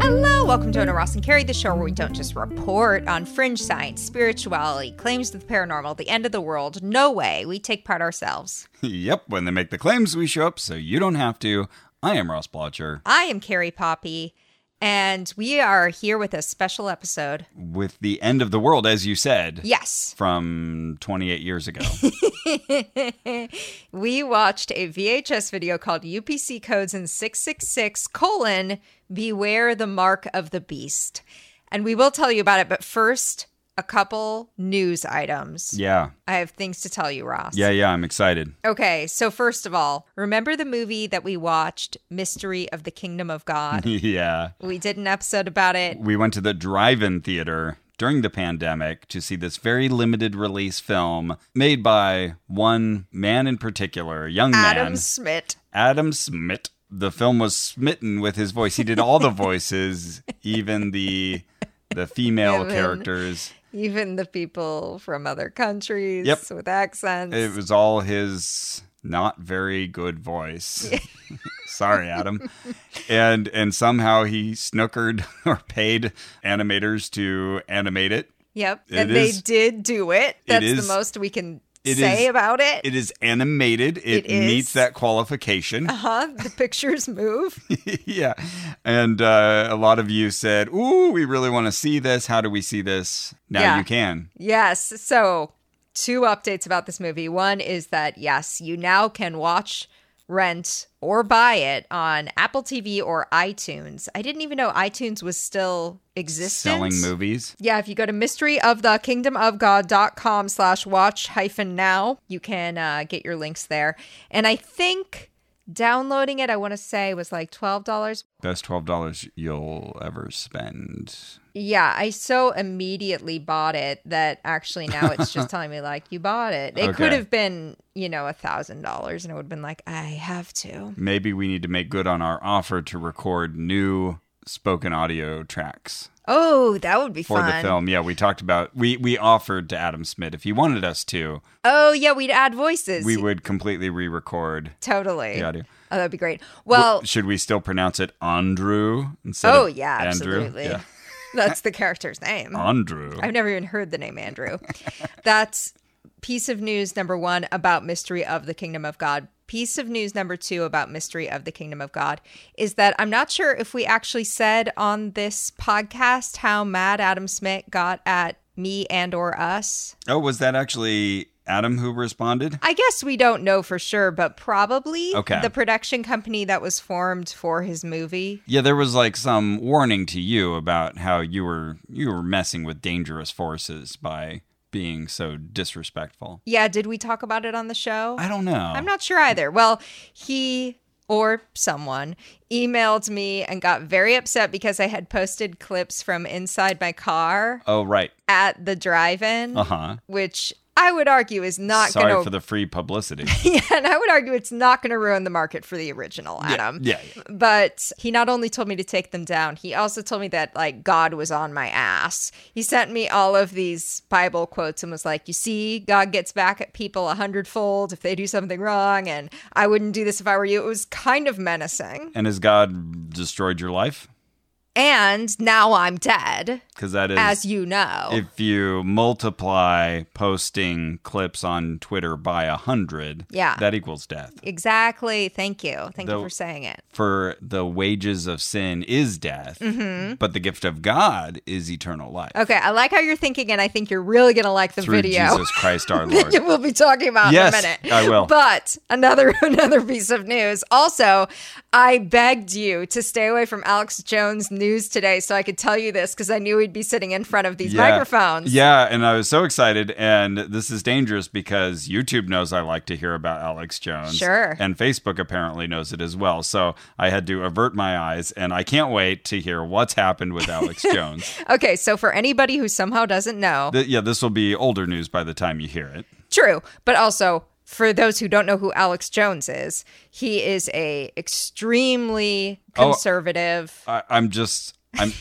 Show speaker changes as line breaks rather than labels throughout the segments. Hello, welcome to Ona Ross and Carrie, the show where we don't just report on fringe science, spirituality, claims to the paranormal, the end of the world. No way. We take part ourselves.
yep, when they make the claims, we show up so you don't have to. I am Ross Blotcher
I am Carrie Poppy, and we are here with a special episode.
with the end of the world, as you said,
Yes,
from 28 years ago.
we watched a VHS video called UPC Codes in 666 colon Beware the Mark of the Beast. And we will tell you about it, but first, a couple news items.
yeah,
I have things to tell you, Ross.
yeah, yeah, I'm excited.
Okay, so first of all, remember the movie that we watched, Mystery of the Kingdom of God?
yeah.
we did an episode about it.
We went to the drive in theater during the pandemic to see this very limited release film made by one man in particular, a young
Adam
man.
Smith.
Adam Smith. The film was smitten with his voice. He did all the voices, even the the female
Even-
characters.
Even the people from other countries
Yep.
with accents.
It was all his not very good voice. Sorry, Adam. And and somehow he snookered or paid animators to animate it.
yep.
it
and they
is-
did do it. That's
is-
the most we can
it
say
is-
about it.
It is animated. It,
It is. Oh.
meets that qualification.
huh? Uh-huh, The pictures move.
yeah. And uh, a lot of you said, "Ooh, we really want to see this. How do we see this?" Now
Yeah.
you can.
yes. So, two updates about this movie. One is that, yes, you now can watch, rent, or buy it on Apple TV or iTunes. I didn't even know iTunes was still existent.
selling movies.
Yeah, if you go to mysteryofthekingdomofgod.com slash watch hyphen now, you can uh, get your links there. And I think downloading it, I want to say, was like $12.
Best twelve dollars you'll ever spend.
Yeah, I so immediately bought it that actually now it's just telling me like you bought it. It could
Okay.
have been, you know, a thousand dollars and it would have been like, I have to.
Maybe we need to make good on our offer to record new spoken audio tracks
Oh, that would be
for
fun.
the film. Yeah, we talked about we we offered to Adam Smith if he wanted us to,
Oh yeah, we'd add voices.
we would completely re-record
totally.
the audio.
Oh, that'd be great. Well,
Should we still pronounce it Andrew instead?
oh
of
yeah,
Andrew?
absolutely.
Yeah.
That's the character's name.
Andrew.
I've never even heard the name Andrew. That's piece of news number one about Mystery of the Kingdom of God. Piece of news number two about Mystery of the Kingdom of God is that I'm not sure if we actually said on this podcast how mad Adam Smith got at me and or us.
Oh, was that actually Adam who responded?
I guess we don't know for sure, but probably
Okay.
the production company that was formed for his movie.
Yeah, there was like some warning to you about how you were you were messing with dangerous forces by being so disrespectful.
Yeah, did we talk about it on the show?
I don't know.
I'm not sure either. Well, he or someone emailed me and got very upset because I had posted clips from inside my car
Oh right.
at the drive-in,
Uh huh.
which I would argue is not
Sorry
going to
for the free publicity.
Yeah, and I would argue it's not going to ruin the market for the original Adam.
yeah, yeah.
But he not only told me to take them down, he also told me that like God was on my ass. He sent me all of these Bible quotes and was like, "You see, God gets back at people a hundredfold if they do something wrong, and I wouldn't do this if I were you." It was kind of menacing.
And has God destroyed your life?
And now I'm dead,
Because that is
as you know.
if you multiply posting clips on Twitter by a hundred,
Yeah.
that equals death.
exactly. Thank you. Thank
The-
you for saying it.
For the wages of sin is death,
Mm-hmm.
but the gift of God is eternal life
Okay, I like how you're thinking, and I think you're really gonna like the
through
video.
Jesus Christ our Lord.
we'll be talking about
Yes,
in a minute.
I will.
But another another piece of news. Also, I begged you to stay away from Alex Jones news today so I could tell you this because I knew we'd be sitting in front of these microphones.
Yeah, and I was so excited. And this is dangerous because YouTube knows I like to hear about Alex Jones.
Sure.
And Facebook apparently knows it as well. So I had to avert my eyes, and I can't wait to hear what's happened with Alex Jones.
Okay, so for anybody who somehow doesn't know,
Th- yeah, this will be older news by the time you hear it.
True, but also for those who don't know who Alex Jones is, he is a extremely
Oh.
conservative.
I- I'm just, I'm.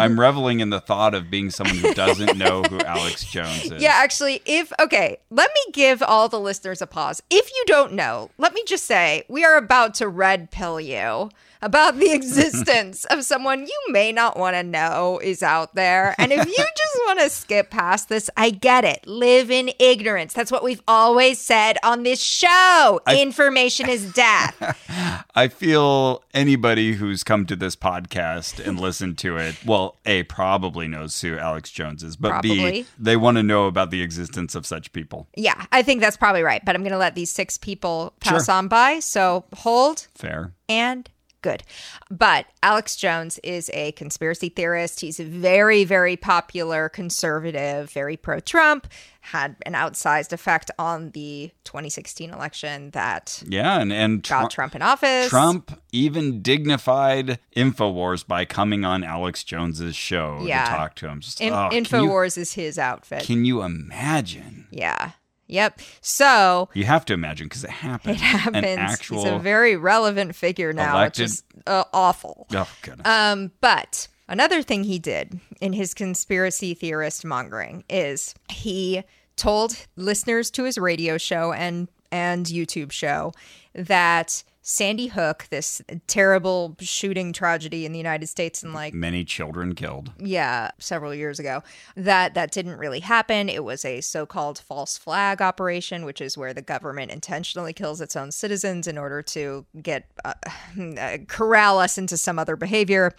I'm reveling in the thought of being someone who doesn't know who Alex Jones is.
Yeah, actually, if okay, let me give all the listeners a pause. If you don't know, let me just say we are about to red pill you about the existence of someone you may not want to know is out there. And if you just want to skip past this, I get it. Live in ignorance. That's what we've always said on this show. Information is death.
I feel anybody who's come to this podcast and listened to it, well, A, probably knows who Alex Jones is, but B,
Probably.
they want to know about the existence of such people.
Yeah, I think that's probably right. But I'm going to let these six people pass
Sure.
on by. So hold
Fair.
and good. But Alex Jones is a conspiracy theorist. He's a very, very popular conservative, very pro Trump, had an outsized effect on the 2016 election that
Yeah. And, and
got
Tru-
Trump in office.
Trump even dignified InfoWars by coming on Alex Jones's show
Yeah.
to talk to him. Just,
In-
oh,
InfoWars is his outfit.
Can you, can you imagine?
yeah. Yep. So
You have to imagine because it happened.
it happens.
An actual.
He's a very relevant figure now,
elected-
which is uh, awful.
oh, goodness.
Um, but another thing he did in his conspiracy theorist mongering is he told listeners to his radio show and and YouTube show that Sandy Hook, this terrible shooting tragedy in the United States in like
Many children killed.
yeah, several years ago, that that didn't really happen. It was a so-called false flag operation, which is where the government intentionally kills its own citizens in order to get uh, uh, corral us into some other behavior.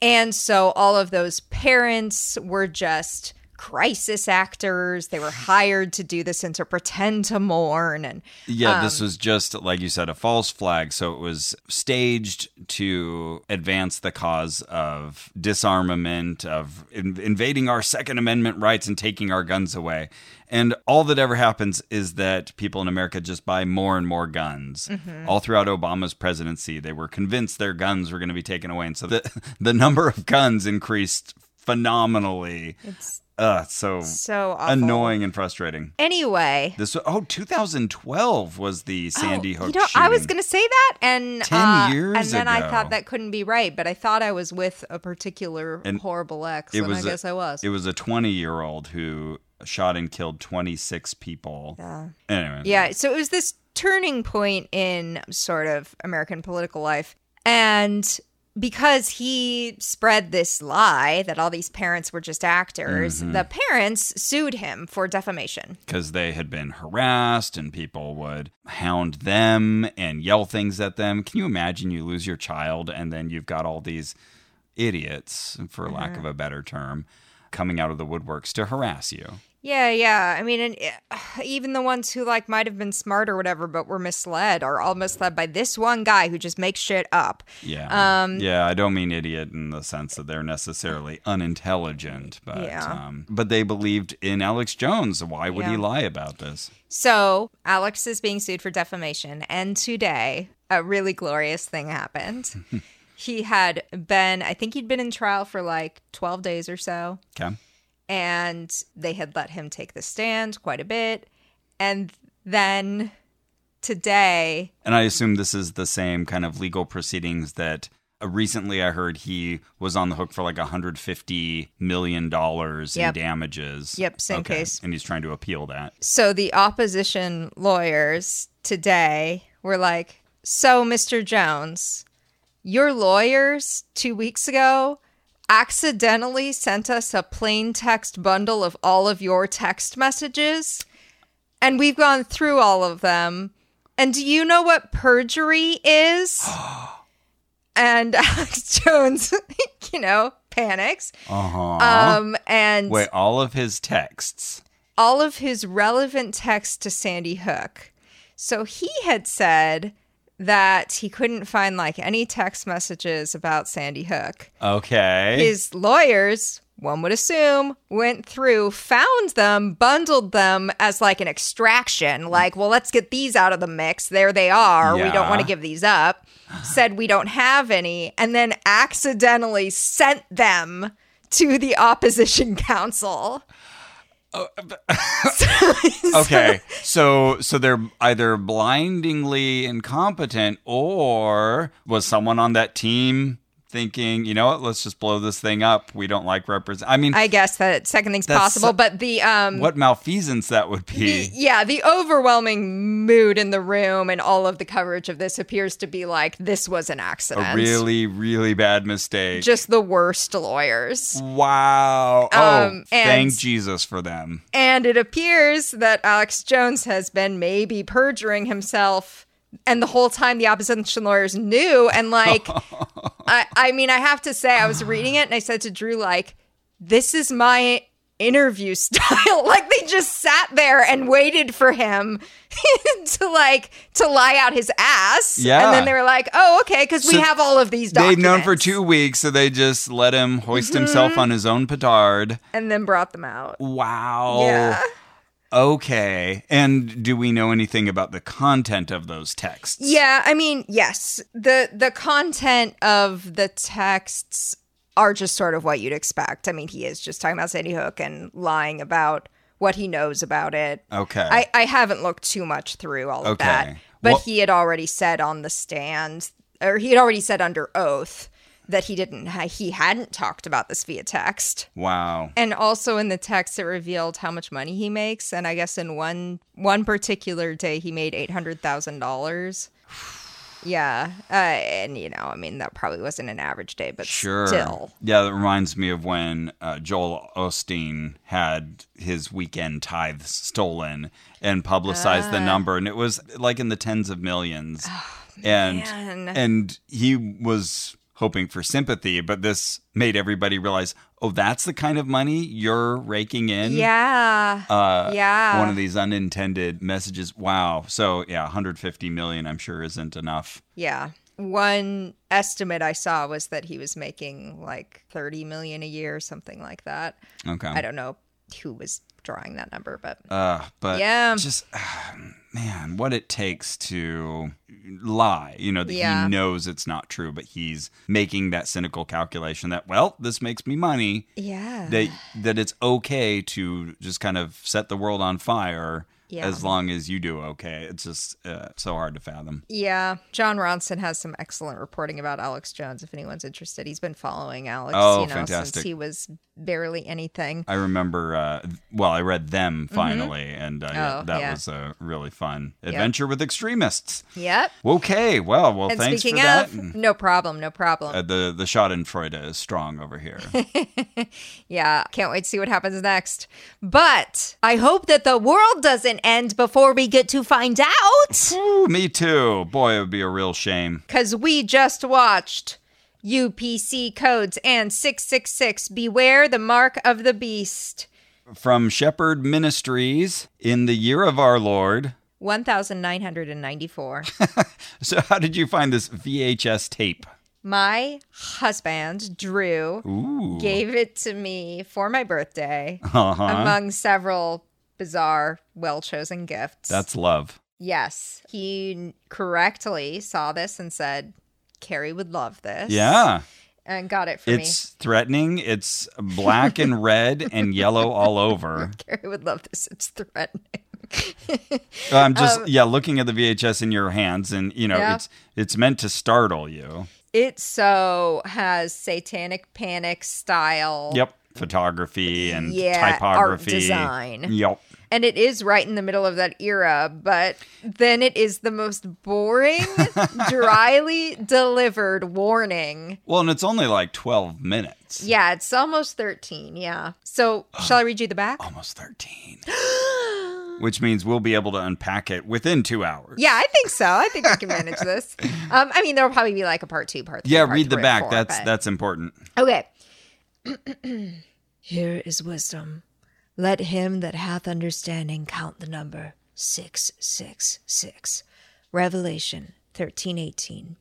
And so all of those parents were just crisis actors. They were hired to do this and to pretend to mourn and
Yeah, this
Um,
was just like you said, a false flag. So it was staged to advance the cause of disarmament, of in- invading our Second Amendment rights and taking our guns away. And all that ever happens is that people in America just buy more and more guns.
Mm-hmm.
All throughout Obama's presidency, they were convinced their guns were going to be taken away, and so the the number of guns increased phenomenally.
it's
Uh, so
so awful.
annoying and frustrating.
Anyway,
This oh, 2012 was the Sandy
Oh,
Hook.
You know, I was
shooting.
gonna say that, and
10
uh,
years
and then I
ago.
thought that couldn't be right, but I thought I was with a particular
And
horrible ex,
it
and
was a-
I guess I was.
It was a 20 year old who shot and killed 26 people.
Yeah.
Anyway,
yeah, so it was this turning point in sort of American political life, and because he spread this lie that all these parents were just actors, the
Mm-hmm.
parents sued him for defamation.
because they had been harassed and people would hound them and yell things at them. Can you imagine you lose your child and then you've got all these idiots, for
Mm-hmm.
lack of a better term, coming out of the woodworks to harass you?
Yeah, yeah. I mean, and uh, even the ones who like might have been smart or whatever, but were misled, are all misled by this one guy who just makes shit up.
Yeah.
Um,
yeah, I don't mean idiot in the sense that they're necessarily unintelligent, but
Yeah.
um, but they believed in Alex Jones. Why would he
Yeah.
lie about this?
So Alex is being sued for defamation, and today a really glorious thing happened. he had been, I think he'd been in trial for like twelve days or so,
Okay.
and they had let him take the stand quite a bit, and then today,
And I assume this is the same kind of legal proceedings that uh, recently I heard he was on the hook for like 150 million dollars
Yep.
in damages.
Yep, same case.
And he's trying to appeal that.
so the opposition lawyers today were like, So, Mr. Jones, your lawyers two weeks ago accidentally sent us a plain text bundle of all of your text messages, and we've gone through all of them. And do you know what perjury is? and Alex Jones, you know, panics.
Uh-huh.
Um, and
Wait, all of his texts.
all of his relevant text to Sandy Hook. So he had said that he couldn't find like any text messages about Sandy Hook.
Okay.
His lawyers, one would assume, went through, found them, bundled them as like an extraction, like, well, let's get these out of the mix. There they are. We don't
Yeah.
want to give these up. Said we don't have any, and then accidentally sent them to the opposition council.
okay so so they're either blindingly incompetent or was someone on that team thinking, you know what, let's just blow this thing up. We don't like represent. I mean,
I guess that second thing's
That's
possible,
so-
but the um
what malfeasance that would
the,
be.
yeah, the overwhelming mood in the room and all of the coverage of this appears to be like this was an accident.
A really, really bad mistake.
Just the worst lawyers.
wow.
Um,
Oh,
and-
thank Jesus for them.
And it appears that Alex Jones has been maybe perjuring himself. And the whole time the opposition lawyers knew. And like, I, I mean, I have to say, I was reading it and I said to Drew, like, this is my interview style. like, they just sat there and waited for him to like, to lie out his ass.
Yeah.
And then they were like, oh, okay, because we
So
have all of these documents. Mm-hmm.
They've known for two weeks, so they just let him hoist himself on his own petard.
And then brought them out.
Wow.
Yeah.
Okay. And do we know anything about the content of those texts?
Yeah, I mean, yes. The the content of the texts are just sort of what you'd expect. I mean, he is just talking about Sandy Hook and lying about what he knows about it.
Okay.
I, I haven't looked too much through all of
Okay.
that. But
Well-
he had already said on the stand or he had already said under oath that he didn't ha- he hadn't talked about this via text.
wow.
And also in the text, it revealed how much money he makes, and I guess in one one particular day, he made eight hundred thousand dollars. Yeah, uh, and you know, I mean, that probably wasn't an average day, but
Sure.
still,
Yeah, that reminds me of when uh, Joel Osteen had his weekend tithes stolen and publicized
Ah.
the number, and it was like in the tens of millions. and
Oh,
uh,
man.
and he was hoping for sympathy, but this made everybody realize, oh, that's the kind of money you're raking in.
yeah,
Uh,
yeah.
One of these unintended messages. Wow. So yeah, 150 million, I'm sure, isn't enough.
yeah. One estimate I saw was that he was making like thirty million a year, or something like that.
Okay.
I don't know who was drawing that number, but
Uh, but
Yeah.
just ah, man, what it takes to lie. You know that
Yeah.
he knows it's not true, but he's making that cynical calculation that well, this makes me money.
yeah,
That that it's okay to just kind of set the world on fire.
Yeah.
As long as you do okay, it's just uh, so hard to fathom.
Yeah, John Ronson has some excellent reporting about Alex Jones. If anyone's interested, he's been following Alex,
Oh,
you know,
fantastic.
since he was barely anything.
I remember, uh, well, I read them finally, and uh, yeah,
Mm-hmm. Oh,
that
yeah.
was a really fun adventure with extremists.
Yep.
Okay, well, well,
And
thanks
speaking
for that.
of, no problem, no problem.
Uh, the the Schadenfreude is strong over here.
yeah, can't wait to see what happens next. But I hope that the world doesn't end before we get to find out,
Ooh, me too. Boy, it would be a real shame.
because we just watched UPC codes and 666 Beware the Mark of the Beast.
From Shepherd Ministries in the year of our Lord.
1994.
So, how did you find this VHS tape?
My husband, Drew,
Ooh,
gave it to me for my birthday
uh-huh.
among several bizarre, well chosen gifts.
that's love.
yes. He correctly saw this and said, Carrie would love this.
Yeah,
And got it for
it's threatening. It's black and red and yellow all over.
me. Carrie would love this. It's threatening.
I'm just yeah, looking at the VHS in your hands, and you know
Um, Yeah.
it's it's meant to startle you.
it so has satanic panic style.
Yep, photography and
Yeah, art
typography,
design.
Yep.
And it is right in the middle of that era, but then it is the most boring, dryly delivered warning.
Well, and it's only like 12 minutes.
Yeah, it's almost 13. Yeah. So, shall I read you the back?
Almost 13. Which means we'll be able to unpack it within two hours.
Yeah, I think so. I think we can manage this. Um, I mean, there'll probably be like a part two, part three.
Yeah,
part
read the
three,
back.
four,
that's
but-
that's important.
Okay. Here is wisdom. Let him that hath understanding count the number 666. Revelation 13:18.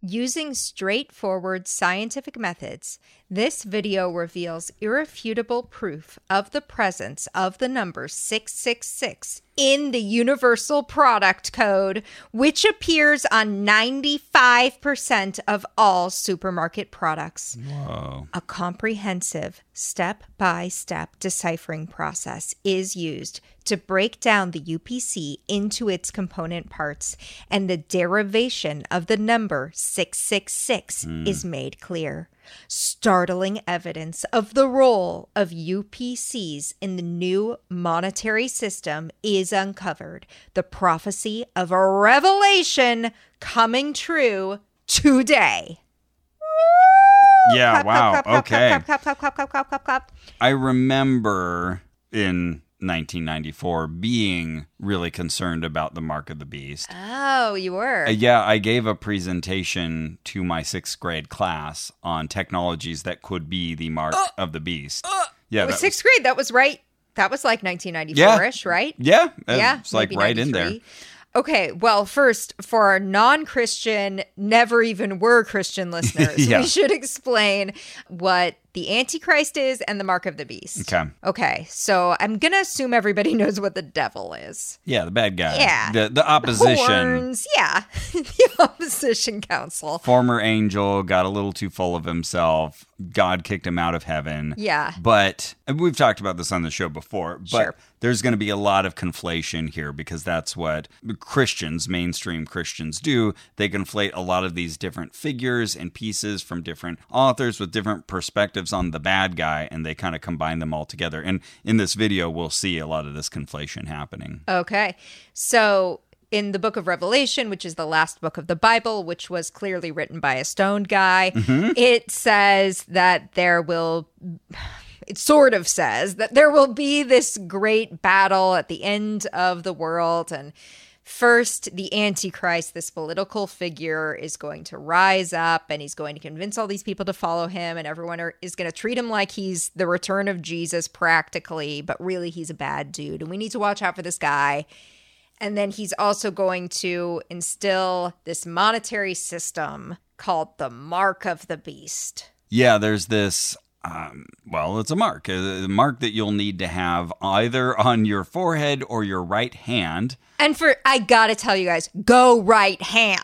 Using straightforward scientific methods, this video reveals irrefutable proof of the presence of the number 666 in the Universal Product Code, which appears on 95% of all supermarket products.
Whoa.
A comprehensive, step by step deciphering process is used to break down the UPC into its component parts, and the derivation of the number 666 is made clear. Startling evidence of the role of UPCs in the new monetary system is uncovered. The prophecy of a revelation coming true today.
Yeah,
Clap,
Oh, wow.
clap, clap,
okay.
clap, clap, clap, clap, clap, clap, clap, clap.
I remember in 1994 being really concerned about the Mark of the Beast.
Oh, you were.
Uh, Yeah, I gave a presentation to my sixth grade class on technologies that could be the Mark of the Beast. yeah,
Uh, it was
that was-
sixth grade. That was right. That was like 1994-ish, right?
yeah,
yeah,
it's like
maybe
right in there.
93. Okay, well, first, for our non Christian, never even were Christian listeners,
Yeah.
we should explain what the Antichrist is and the mark of the beast.
Okay.
Okay, so I'm going to assume everybody knows what the devil is.
Yeah, the bad guy.
Yeah.
the the opposition.
Horns, yeah. the opposition council.
former angel got a little too full of himself. God kicked him out of heaven.
Yeah.
But and we've talked about this on the show before, but
Sure.
there's going to be a lot of conflation here because that's what Christians, mainstream Christians, do. They conflate a lot of these different figures and pieces from different authors with different perspectives on the bad guy, and they kind of combine them all together. And in this video, we'll see a lot of this conflation happening.
Okay. So in the book of Revelation, which is the last book of the Bible, which was clearly written by a stoned guy, it says that there will. It sort of says that there will be this great battle at the end of the world. And first, the Antichrist, this political figure, is going to rise up and he's going to convince all these people to follow him. And everyone are, is going to treat him like he's the return of Jesus practically, but really he's a bad dude. And we need to watch out for this guy. And then he's also going to instill this monetary system called the mark of the beast.
Yeah, there's this. Um, well, it's a mark, a a mark that you'll need to have either on your forehead or your right hand.
And for, I gotta tell you guys, go right hand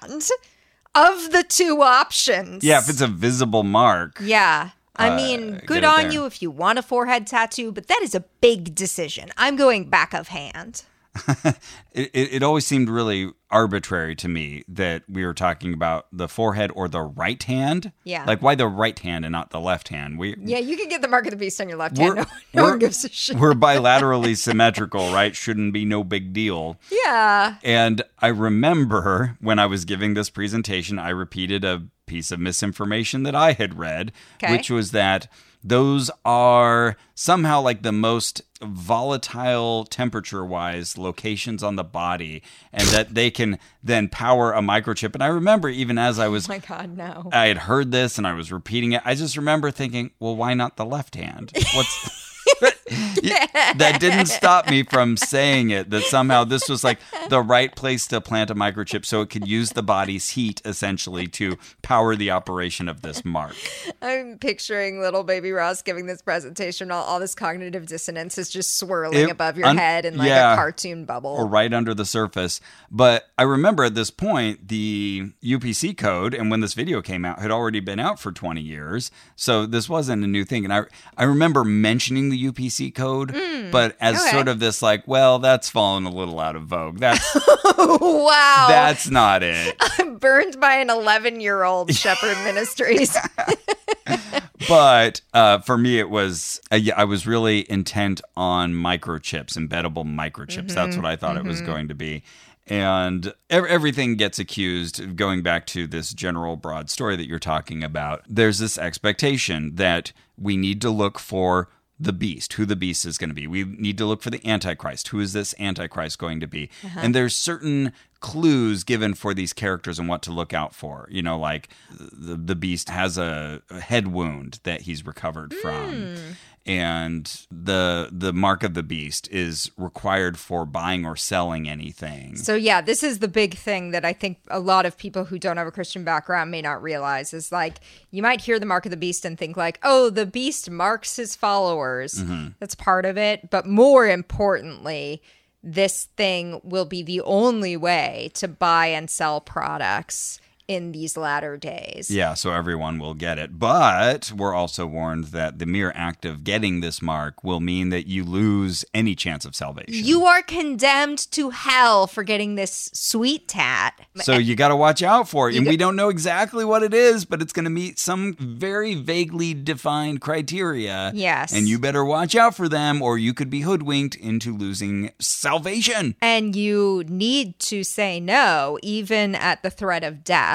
of the two options.
Yeah, if it's a visible mark.
Yeah. I
Uh,
mean,
get
good
it
on
there.
you if you want a forehead tattoo, but that is a big decision. I'm going back of hand.
It, it, it always seemed really arbitrary to me that we were talking about the forehead or the right hand.
Yeah.
Like, why the right hand and not the left hand? We,
Yeah, you can get the mark of the beast on your left hand. No,
We're-
no one
we're-
gives a shit.
We're bilaterally symmetrical, right? Shouldn't be no big deal.
Yeah.
And I remember when I was giving this presentation, I repeated a piece of misinformation that I had read,
Okay.
which was that those are somehow like the most volatile temperature wise locations on the body, and that they can then power a microchip. And I remember even as I was.
Oh My God, no.
I had heard this and I was repeating it. I just remember thinking, well, why not the left hand? What's that didn't stop me from saying it that somehow this was like the right place to plant a microchip so it could use the body's heat essentially to power the operation of this mark.
I'm picturing little baby Ross giving this presentation while all this cognitive dissonance is just swirling
It-
above your
un-
head in like a
yeah.
cartoon bubble.
or right under the surface. But I remember at this point, the UPC code, and when this video came out, had already been out for 20 years. So this wasn't a new thing. And I, I remember mentioning the UPC code, but as
okay.
sort of this, like, well, that's fallen a little out of vogue. That's,
wow.
that's not it.
Burned by an 11 year old Shepherd Ministries.
But uh, for me, it was, uh, yeah, I was really intent on microchips, embeddable microchips. That's what I thought it was going to be. And ev- everything gets accused, of going back to this general broad story that you're talking about. There's this expectation that we need to look for the beast, who the beast is going to be. We need to look for the Antichrist. Who is this Antichrist going to be? And there's certain clues given for these characters and what to look out for. You know, like the, the beast has a a head wound that he's recovered from. And the the mark of the beast is required for buying or selling anything.
so, yeah, this is the big thing that I think a lot of people who don't have a Christian background may not realize is like you might hear the mark of the beast and think, like, oh, the beast marks his followers. That's part of it. But more importantly, this thing will be the only way to buy and sell products in these latter days.
Yeah, so everyone will get it. But we're also warned that the mere act of getting this mark will mean that you lose any chance of salvation.
You are condemned to hell for getting this sweet tat.
so you got to watch out for it. And we don't know exactly what it is, but it's going to meet some very vaguely defined criteria.
Yes.
And you better watch out for them or you could be hoodwinked into losing salvation.
and you need to say no, even at the threat of death,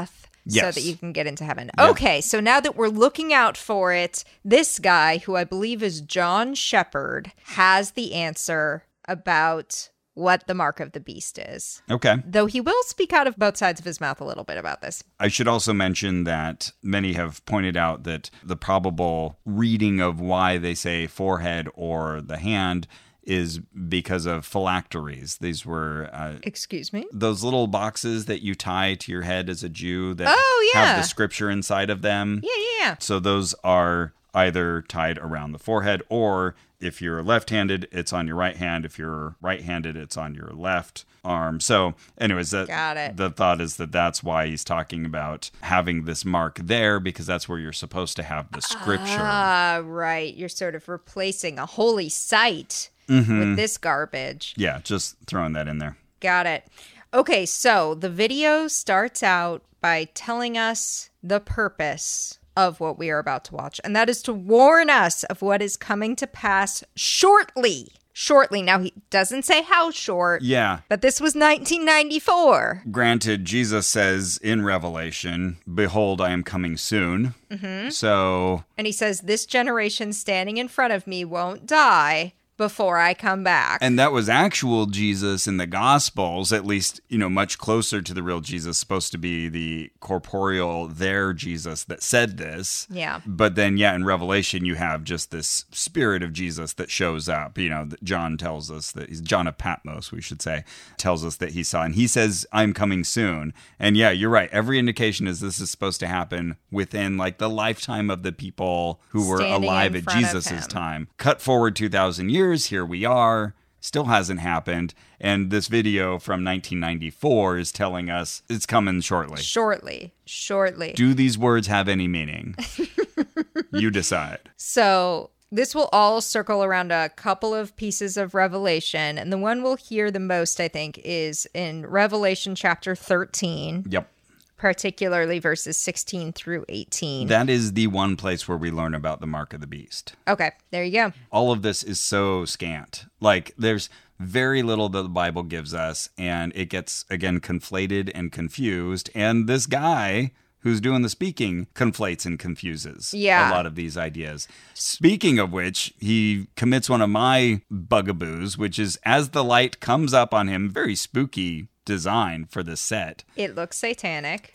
so
Yes.
that you can get into heaven. Okay, so now that we're looking out for it, this guy, who I believe is John Shepard, has the answer about what the mark of the beast is.
Okay.
Though he will speak out of both sides of his mouth a little bit about this.
I should also mention that many have pointed out that the probable reading of why they say forehead or the hand is because of phylacteries. These were uh,
Excuse me?
those little boxes that you tie to your head as a Jew that
Oh, yeah.
have the scripture inside of them.
Yeah, yeah, yeah.
So those are either tied around the forehead or if you're left-handed it's on your right hand if you're right-handed it's on your left arm so anyways that,
Got it.
the thought is that that's why he's talking about having this mark there because that's where you're supposed to have the scripture
Ah, right. You're sort of replacing a holy site with this garbage.
yeah just throwing that in there
Got it. Okay, so the video starts out by telling us the purpose of what we are about to watch, and that is to warn us of what is coming to pass shortly. Shortly. Now, he doesn't say how short,
yeah
but this was 1994.
granted jesus says in revelation behold i am coming soon mm-hmm. so
And he says, This generation standing in front of me won't die before I come back.
And that was actual Jesus in the Gospels, at least, you know, much closer to the real Jesus, supposed to be the corporeal there Jesus that said this.
Yeah.
But then, yeah, in Revelation, you have just this spirit of Jesus that shows up. You know, that John tells us that he's John of Patmos, we should say, tells us that he saw, and he says, I'm coming soon. And yeah, you're right. Every indication is this is supposed to happen within like the lifetime of the people who were
Standing in
alive at
front of
Jesus'
him.
time time. Cut forward 2,000 years, here we are. Still hasn't happened. And this video from 1994 is telling us it's coming shortly.
Shortly, shortly.
Do these words have any meaning? you decide.
So this will all circle around a couple of pieces of Revelation. And the one we'll hear the most, I think, is in Revelation chapter 13,
Yep.
particularly verses 16 through 18.
That is the one place where we learn about the mark of the beast.
okay, there you go.
all of this is so scant. Like there's very little that the Bible gives us, and it gets again conflated and confused. And this guy who's doing the speaking conflates and confuses
Yeah.
a lot of these ideas. Speaking of which, he commits one of my bugaboos, which is as the light comes up on him, very spooky design for this set.
It looks satanic.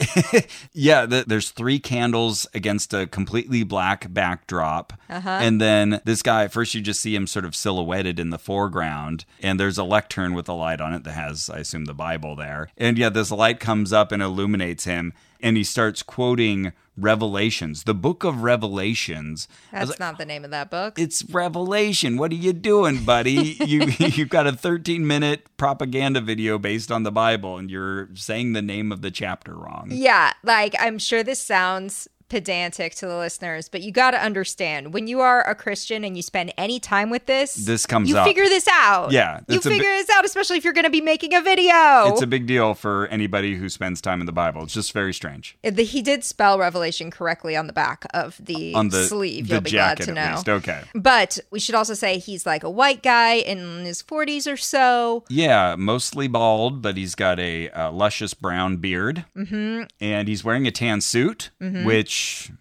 Yeah, th there's three candles against a completely black backdrop. And then this guy, first you just see him sort of silhouetted in the foreground, and there's a lectern with a light on it that has, I assume, the Bible there. And yeah, this light comes up and illuminates him, and he starts quoting Revelations, the book of Revelations. I was
That's not the name of that book.
it's revelation. What are you doing, buddy? you you've got a 13 minute propaganda video based on the Bible and you're saying the name of the chapter wrong.
Yeah, like I'm sure this sounds pedantic to the listeners, but you got to understand when you are a Christian and you spend any time with this,
This comes
you
up.
figure this out.
Yeah,
you
it's a bi-
figure this out, especially if you're going to be making a video.
It's a big deal for anybody who spends time in the Bible. It's just very strange.
The- he did spell Revelation correctly on the back of the,
On the
sleeve.
the
You'll be glad
jacket
to
at
know.
least. Okay.
But we should also say he's like a white guy in his 40s or so.
Yeah, mostly bald, but he's got a uh, luscious brown beard, mm-hmm. and he's wearing a tan suit,
Mm-hmm.
which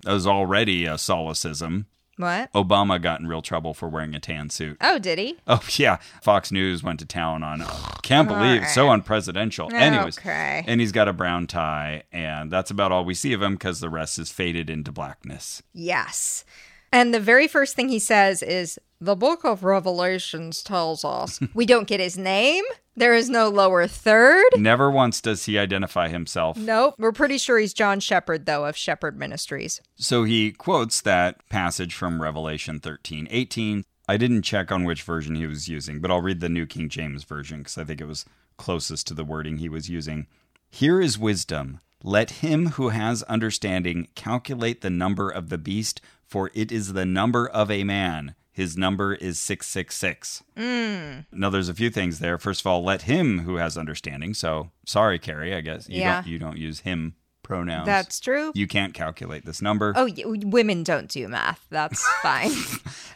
is already a solecism.
What?
Obama got in real trouble for wearing a tan suit.
Oh, did he?
Oh yeah, Fox News went to town on. uh, Can't believe so unpresidential. Anyways,
Okay.
and he's got a brown tie, and that's about all we see of him because the rest is faded into blackness.
Yes. And the very first thing he says is the book of Revelations tells us we don't get his name. There is no lower third.
Never once does he identify himself.
Nope. We're pretty sure he's John Shepherd, though, of Shepherd Ministries.
So he quotes that passage from Revelation 13 18. I didn't check on which version he was using, but I'll read the New King James Version because I think it was closest to the wording he was using. Here is wisdom. Let him who has understanding calculate the number of the beast, for it is the number of a man. His number is 666.
Mm.
Now, there's a few things there. First of all, let him who has understanding. So, sorry, Carrie, I guess. You,
Yeah.
don't, you don't use him pronouns.
That's true.
You can't calculate this number.
Oh, y- women don't do math. That's fine.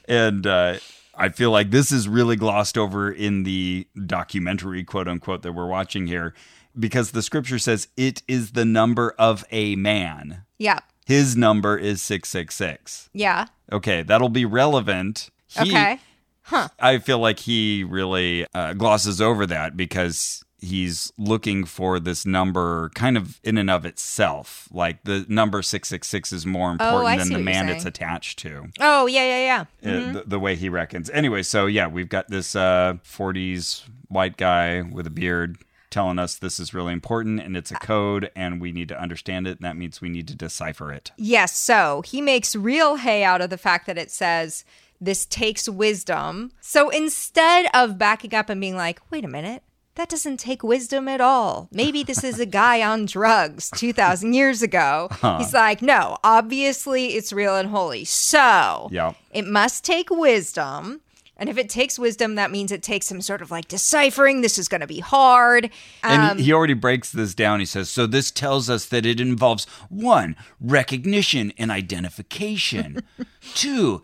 and uh, I feel like this is really glossed over in the documentary, quote unquote, that we're watching here, because the scripture says it is the number of a man.
yeah.
His number is six six six.
Yeah.
Okay, that'll be relevant. He-
Okay.
I feel like he really uh, glosses over that because he's looking for this number kind of in and of itself. Like the number 666 is more important
Oh, I
than
see what
the
you're
man
saying.
it's attached to.
Oh, yeah, yeah, yeah.
uh, the, the way he reckons. Anyway, so yeah, we've got this uh, 40s white guy with a beard telling us this is really important and it's a code and we need to understand it. And that means we need to decipher it.
Yes. So he makes real hay out of the fact that it says this takes wisdom. So instead of backing up and being like, wait a minute, that doesn't take wisdom at all. Maybe this is a guy on drugs 2,000 years ago. He's like, no, obviously it's real and holy. So
Yeah.
it must take wisdom. And if it takes wisdom, that means it takes some sort of like deciphering. This is going to be hard.
And
Um,
he- he already breaks this down. He says, So this tells us that it involves one, recognition and identification, two,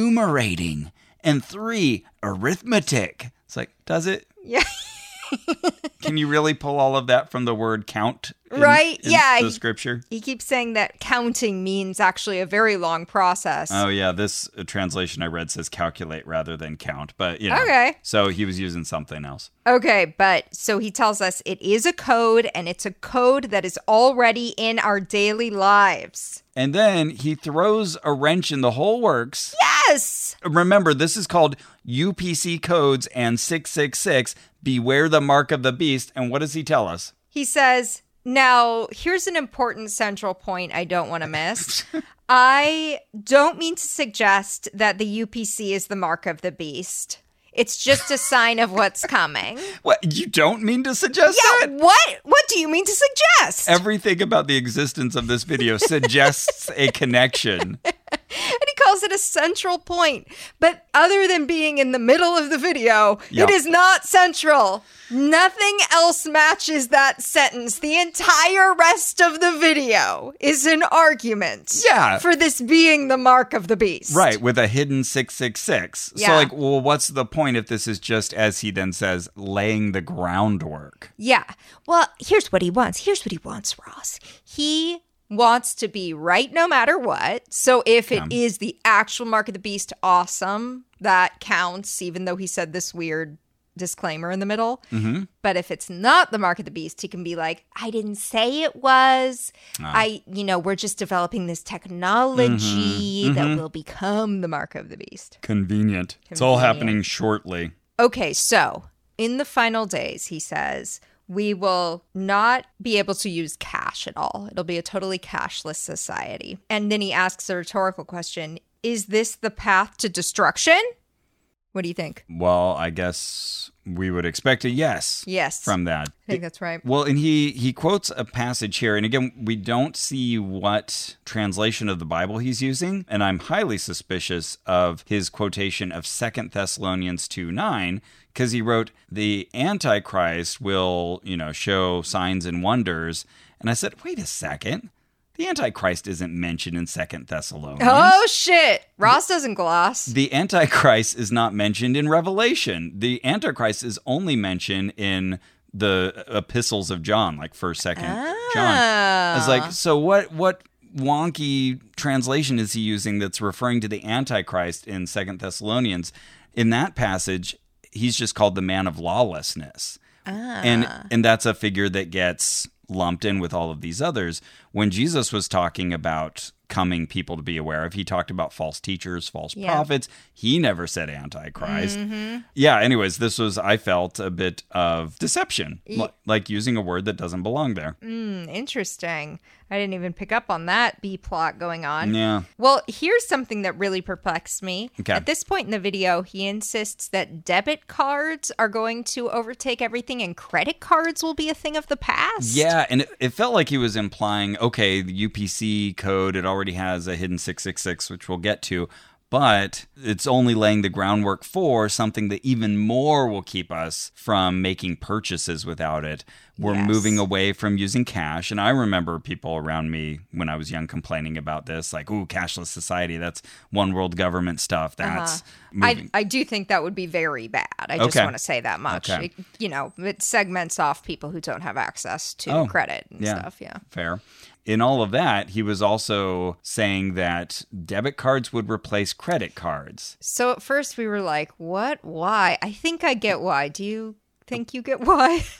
enumerating, and three, arithmetic. It's like, does it?
Yeah.
Can you really pull all of that from the word count? in-
Right,
in
yeah.
The scripture?
He keeps saying that counting means actually a very long process.
Oh yeah, this uh, translation I read says calculate rather than count, but you know.
Okay.
So he was using something else.
Okay, but so he tells us it is a code and it's a code that is already in our daily lives.
And then he throws a wrench in the whole works.
Yes!
Remember, this is called UPC codes and 666. Beware the mark of the beast. And what does he tell us?
He says, Now, here's an important central point I don't want to miss. I don't mean to suggest that the UPC is the mark of the beast, it's just a sign of what's coming.
What you don't mean to suggest
Yeah,
that?
what? What do you mean to suggest?
Everything about the existence of this video suggests a connection.
and he calls it a central point. But other than being in the middle of the video,
Yeah.
it is not central. Nothing else matches that sentence. The entire rest of the video is an argument
Yeah.
for this being the mark of the beast.
Right, with a hidden 666. So,
Yeah.
like, well, what's the point if this is just, as he then says, laying the groundwork?
Yeah. Well, here's what he wants. Here's what he wants, Ross. He wants to be right no matter what. So if it is the actual mark of the beast, awesome. That counts, even though he said this weird disclaimer in the middle. But if it's not the mark of the beast, he can be like, I didn't say it was. I, you know, we're just developing this technology that will become the mark of the beast.
Convenient. It's all happening shortly.
Okay, so in the final days, he says, we will not be able to use cash at all. It'll be a totally cashless society. And then he asks a rhetorical question Is this the path to destruction? What do you think?
Well, I guess we would expect a yes
Yes.
from that.
I think that's right.
Well, and he he quotes a passage here, and again, we don't see what translation of the Bible he's using, and I'm highly suspicious of his quotation of Second Thessalonians two nine, because he wrote, "The Antichrist will, you know, show signs and wonders," and I said, "Wait a second, the Antichrist isn't mentioned in Second Thessalonians."
Oh, shit. Ross doesn't gloss.
The Antichrist is not mentioned in Revelation. The Antichrist is only mentioned in the epistles of John, like first, second John.
Um,
I was like, so what what wonky translation is he using that's referring to the Antichrist in Second Thessalonians? In that passage, he's just called the man of lawlessness. And and that's a figure that gets lumped in with all of these others. when Jesus was talking about coming people to be aware of, he talked about false teachers, false
Yeah.
prophets. He never said antichrist. Yeah, anyways, this was, I felt, a bit of deception, li- like using a word that doesn't belong there.
Hmm, interesting. I didn't even pick up on that B plot going on.
Yeah.
Well, here's something that really perplexed me.
Okay.
At this point in the video, he insists that debit cards are going to overtake everything and credit cards will be a thing of the past.
Yeah, and it, it felt like he was implying, okay, the UPC code it already has a hidden 666 which we'll get to, but it's only laying the groundwork for something that even more will keep us from making purchases without it. We're
Yes.
moving away from using cash, and I remember people around me when I was young complaining about this like, "Ooh, cashless society, that's one world government stuff. That's moving
I, I do think that would be very bad. I just
Okay.
want to say that much.
Okay.
It, you know, it segments off people who don't have access to
Oh,
credit and
yeah.
stuff. Yeah.
Fair. In all of that, he was also saying that debit cards would replace credit cards.
So at first we were like, what? Why? I think I get why. Do you think you get why?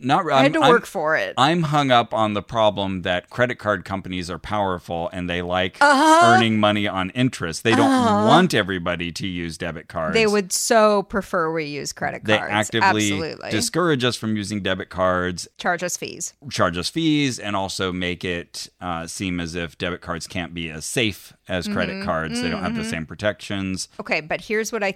Not
I had to work for it.
I'm hung up on the problem that credit card companies are powerful and they like
Uh-huh.
earning money on interest. They don't want everybody to use debit cards.
They would so prefer we use credit
They
cards.
actively
Absolutely.
discourage us from using debit cards,
Charge us fees.
charge us fees, and also make it uh, seem as if debit cards can't be as safe as credit
Mm-hmm.
cards. They don't have the same protections.
Okay, but here's what I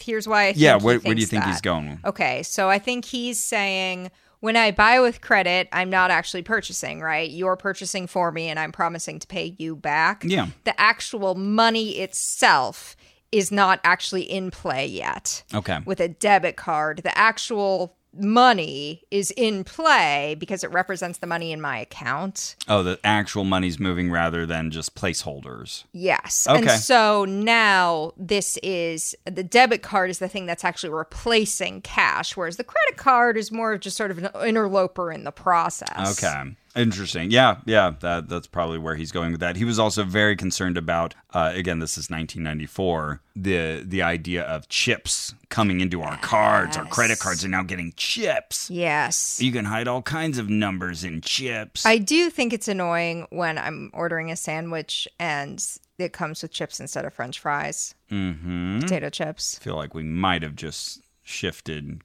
here's why I think
Yeah,
he
where, where do you
thinks
think
that.
he's going?
Okay, so I think he's saying when I buy with credit, I'm not actually purchasing, right? You're purchasing for me and I'm promising to pay you back.
Yeah.
The actual money itself is not actually in play yet.
Okay.
With a debit card, the actual money is in play because it represents the money in my account.
Oh, the actual money's moving rather than just placeholders.
Yes.
Okay.
And so now this is the debit card is the thing that's actually replacing cash, whereas the credit card is more of just sort of an interloper in the process.
Okay. Interesting. Yeah, yeah, that that's probably where he's going with that. He was also very concerned about uh, again, this is 1994, the the idea of chips coming into our cards. Our credit cards are now getting chips.
Yes.
You can hide all kinds of numbers in chips.
I do think it's annoying when I'm ordering a sandwich and it comes with chips instead of french fries,
mhm.
potato chips.
feel like we might have just shifted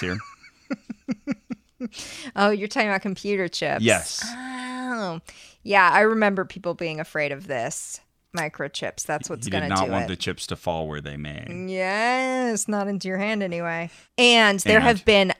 here.
Oh, you're talking about computer chips.
Yes.
Oh. Yeah, I remember people being afraid of this. Microchips. That's what's
You
going
did
to
not
do
want
it. Mm.
the chips to fall where they may.
Yes, not into your hand anyway. And there
And-
have been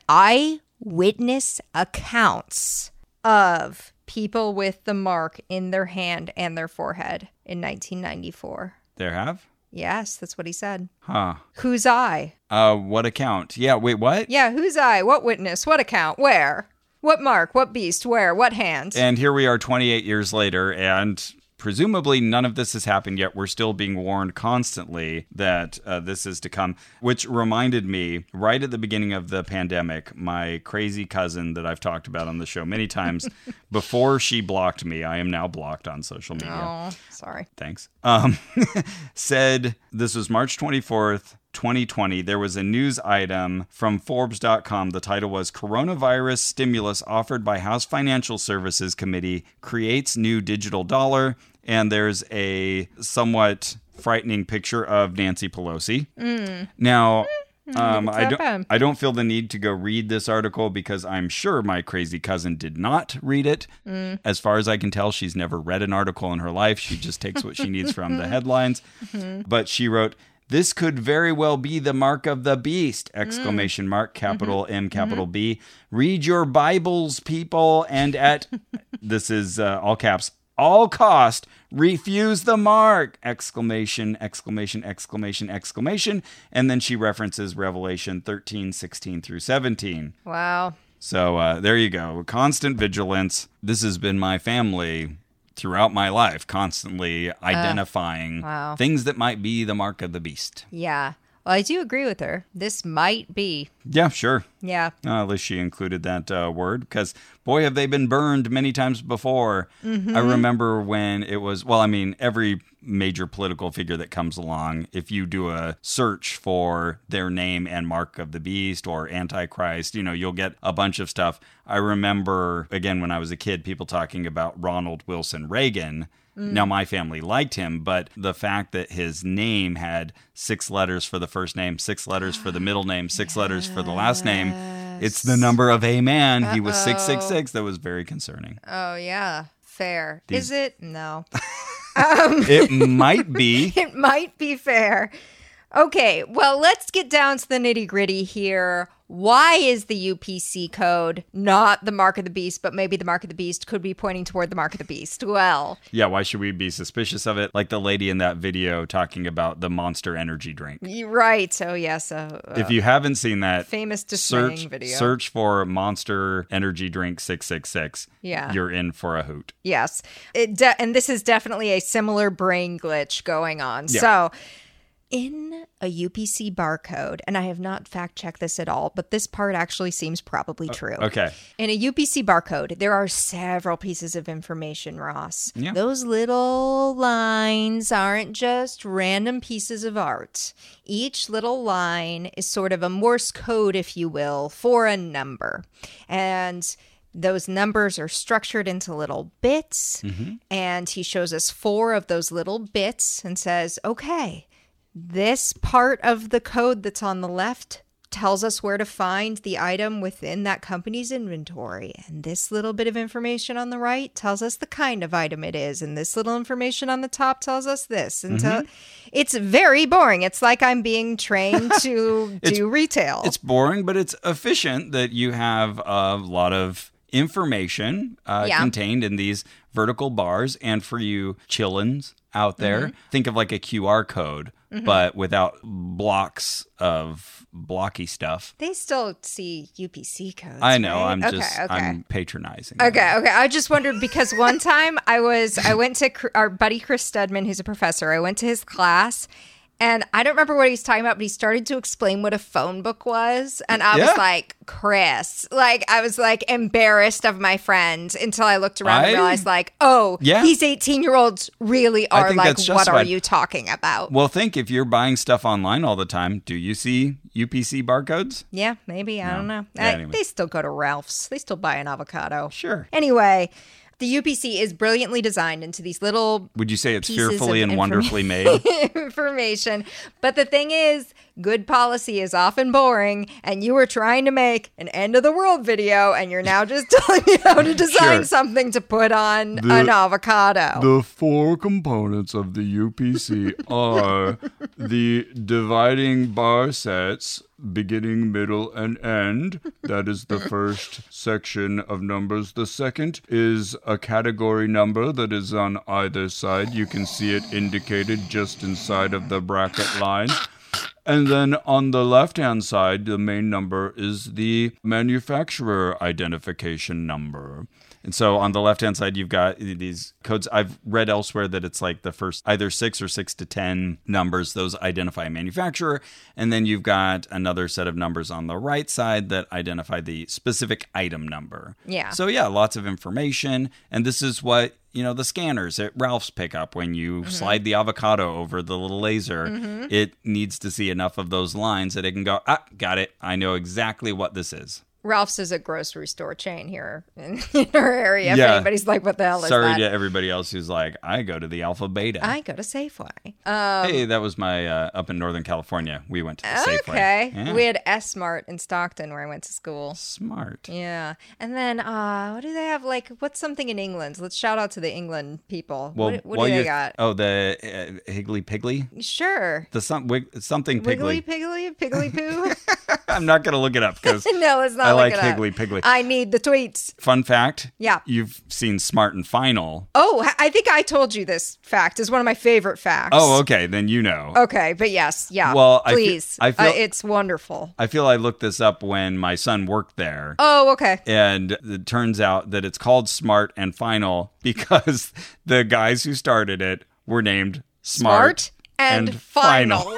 eyewitness accounts of people with the mark in their hand and their forehead in 1994.
There have?
Yes, that's what he said.
Huh.
Whose eye?
Uh, what account? Yeah, wait, what?
Yeah, whose eye? What witness? What account? Where? What mark? What beast? Where? What hand?
And here we are 28 years later, and presumably none of this has happened yet. We're still being warned constantly that uh, this is to come, which reminded me right at the beginning of the pandemic, my crazy cousin that I've talked about on the show many times, before she blocked me, I am now blocked on social media
oh, sorry.
thanks um, said this was march 24th 2020 there was a news item from forbes.com the title was coronavirus stimulus offered by house financial services committee creates new digital dollar and there's a somewhat frightening picture of nancy pelosi now um, I
Mm, that
don't.
bad.
I don't feel the need to go read this article because I'm sure my crazy cousin did not read it.
Mm.
As far as I can tell, she's never read an article in her life. She just takes what she needs from the headlines.
Mm-hmm.
But she wrote, "This could very well be the mark of the beast!"
Mm.
Exclamation mark, capital
Mm-hmm.
M, capital B. Read your Bibles, people, and at this is uh, all caps. All cost, refuse the mark! Exclamation, exclamation, exclamation, exclamation. And then she references Revelation 13, 16 through 17.
Wow.
So uh, there you go. Constant vigilance. This has been my family throughout my life, constantly identifying
wow.
things that might be the mark of the beast.
Yeah. Well, I do agree with her. This might be.
Yeah, sure.
Yeah.
Uh, at least she included that uh, word because, boy, have they been burned many times before. I remember when it was, well, I mean, every major political figure that comes along, if you do a search for their name and mark of the beast or antichrist, you know, you'll get a bunch of stuff. I remember, again, when I was a kid, people talking about Ronald Wilson Reagan. Now, my family liked him, but the fact that his name had six letters for the first name, six letters for the middle name, six letters for the last name, it's the number of a man. He was 666. That was very concerning.
Oh, yeah. Fair. Is it? No.
It might be.
it might be fair. Okay, well, let's get down to the nitty gritty here. Why is the UPC code not the mark of the beast, but maybe the mark of the beast could be pointing toward the mark of the beast? Well,
Yeah, why should we be suspicious of it? Like the lady in that video talking about the monster energy drink.
you're right. So, yes, a, a
If you haven't seen that,
famous displaying
search
Uh, video.
search for monster energy drink 666.
Yeah.
You're in for a hoot.
Yes. It de- and this is definitely a similar brain glitch going on.
Yeah.
So, in a UPC barcode, and I have not fact checked this at all, but this part actually seems
Uh,
probably true.
Okay.
In a UPC barcode, there are several pieces of information, Ross.
Yeah.
Those little lines aren't just random pieces of art. Each little line is sort of a Morse code, if you will, for a number. And those numbers are structured into little bits. And he shows us four of those little bits and says, okay, this part of the code that's on the left tells us where to find the item within that company's inventory. And this little bit of information on the right tells us the kind of item it is. And this little information on the top tells us this. And so
Mm-hmm.
it's very boring. It's like I'm being trained to do retail.
It's boring, but it's efficient that you have a lot of information uh,
Yeah.
contained in these vertical bars. And for you chillins out there,
Mm-hmm.
think of like a QR code, but without blocks of blocky stuff.
they still see UPC codes.
I know.
right?
I'm
Okay,
just
okay.
I'm patronizing.
Okay, okay. I just wondered because one time I was I went to Cr- our buddy Chris Stedman, who's a professor. I went to his class, and I don't remember what he was talking about, but he started to explain what a phone book was, and I
Yeah.
was like, Chris, like I was like embarrassed of my friend until I looked around
I-
and realized, like, oh,
Yeah.
these eighteen year olds really are
think
like,
that's
what are
justified.
you talking about?
Well, think if you're buying stuff online all the time, do you see UPC barcodes?
Yeah, maybe. I don't know.
Yeah,
I-
anyway.
They still go to Ralph's. They still buy an avocado.
Sure.
Anyway, the UPC is brilliantly designed into these little
Would you say it's
Pieces of
fearfully and
informa-
wonderfully made?
information. But the thing is, good policy is often boring, and you were trying to make an end of the world video, and you're now just telling me how to design
Sure.
something to put on an avocado.
The four components of the UPC are the dividing bar sets, beginning, middle, and end. That is the first section of numbers. The second is a category number that is on either side. You can see it indicated just inside of the bracket line. And then on the left hand side, the main number is the manufacturer identification number.
And so on the left hand side, you've got these codes. I've read elsewhere that it's like the first either six or six to 10 numbers, those identify a manufacturer. And then you've got another set of numbers on the right side that identify the specific item number.
Yeah.
So, yeah, lots of information. And this is what. You know, the scanners at Ralph's pick up when you
Mm-hmm.
slide the avocado over the little laser, it needs to see enough of those lines that it can go, ah, got it. I know exactly what this is.
Ralph's is a grocery store chain here in, in our area. If
Yeah.
anybody's like, what the hell
Sorry
is that?
to everybody else who's like, I go to the Alpha Beta.
I go to Safeway. Um,
hey, that was my uh, up in Northern California. We went to the Safeway.
okay.
Yeah.
We had S Mart in Stockton where I went to school.
Smart.
Yeah. And then uh what do they have like what's something in England? Let's shout out to the England people.
Well,
what what
while
do they
you're-
got?
Oh, the uh, Higgly Piggly,
Sure.
the some, wig, something
Wiggly
Piggly.
piggly piggly poo.
I'm not gonna look it up because
no, it's not
I
look
like
it up.
Higgly Piggly.
I need the tweets.
Fun fact.
Yeah.
You've seen Smart and Final.
Oh, h- I think I told you this fact is one of my favorite facts.
Oh, okay. Then you know.
okay, but yes, yeah.
Well, I fe-
please,
I feel-
uh, it's wonderful.
I feel I looked this up when my son worked there.
Oh, okay.
and it turns out that it's called Smart and Final because the guys who started it were named Smart,
Smart and, final.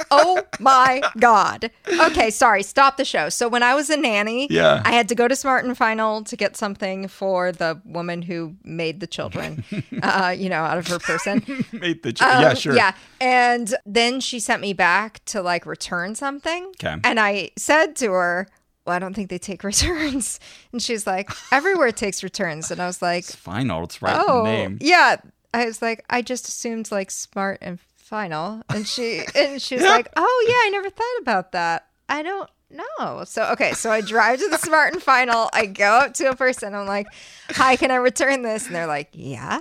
oh my God. Okay, sorry. Stop the show. So when I was a nanny,
Yeah.
I had to go to Smart and Final to get something for the woman who made the children, uh, you know, out of her person.
Made the ch- yeah,
Um,
sure.
Yeah. And then she sent me back to like return something.
'Kay.
And I said to her, Well, I don't think they take returns. And she's like, Everywhere takes returns. And I was like,
It's final. It's right in
Oh,
the name.
yeah. I was like, I just assumed like smart and final. And she and she's like, Oh yeah, I never thought about that. I don't know. So okay, so I drive to the smart and final. I go up to a person. I'm like, Hi, can I return this? And they're like, Yeah.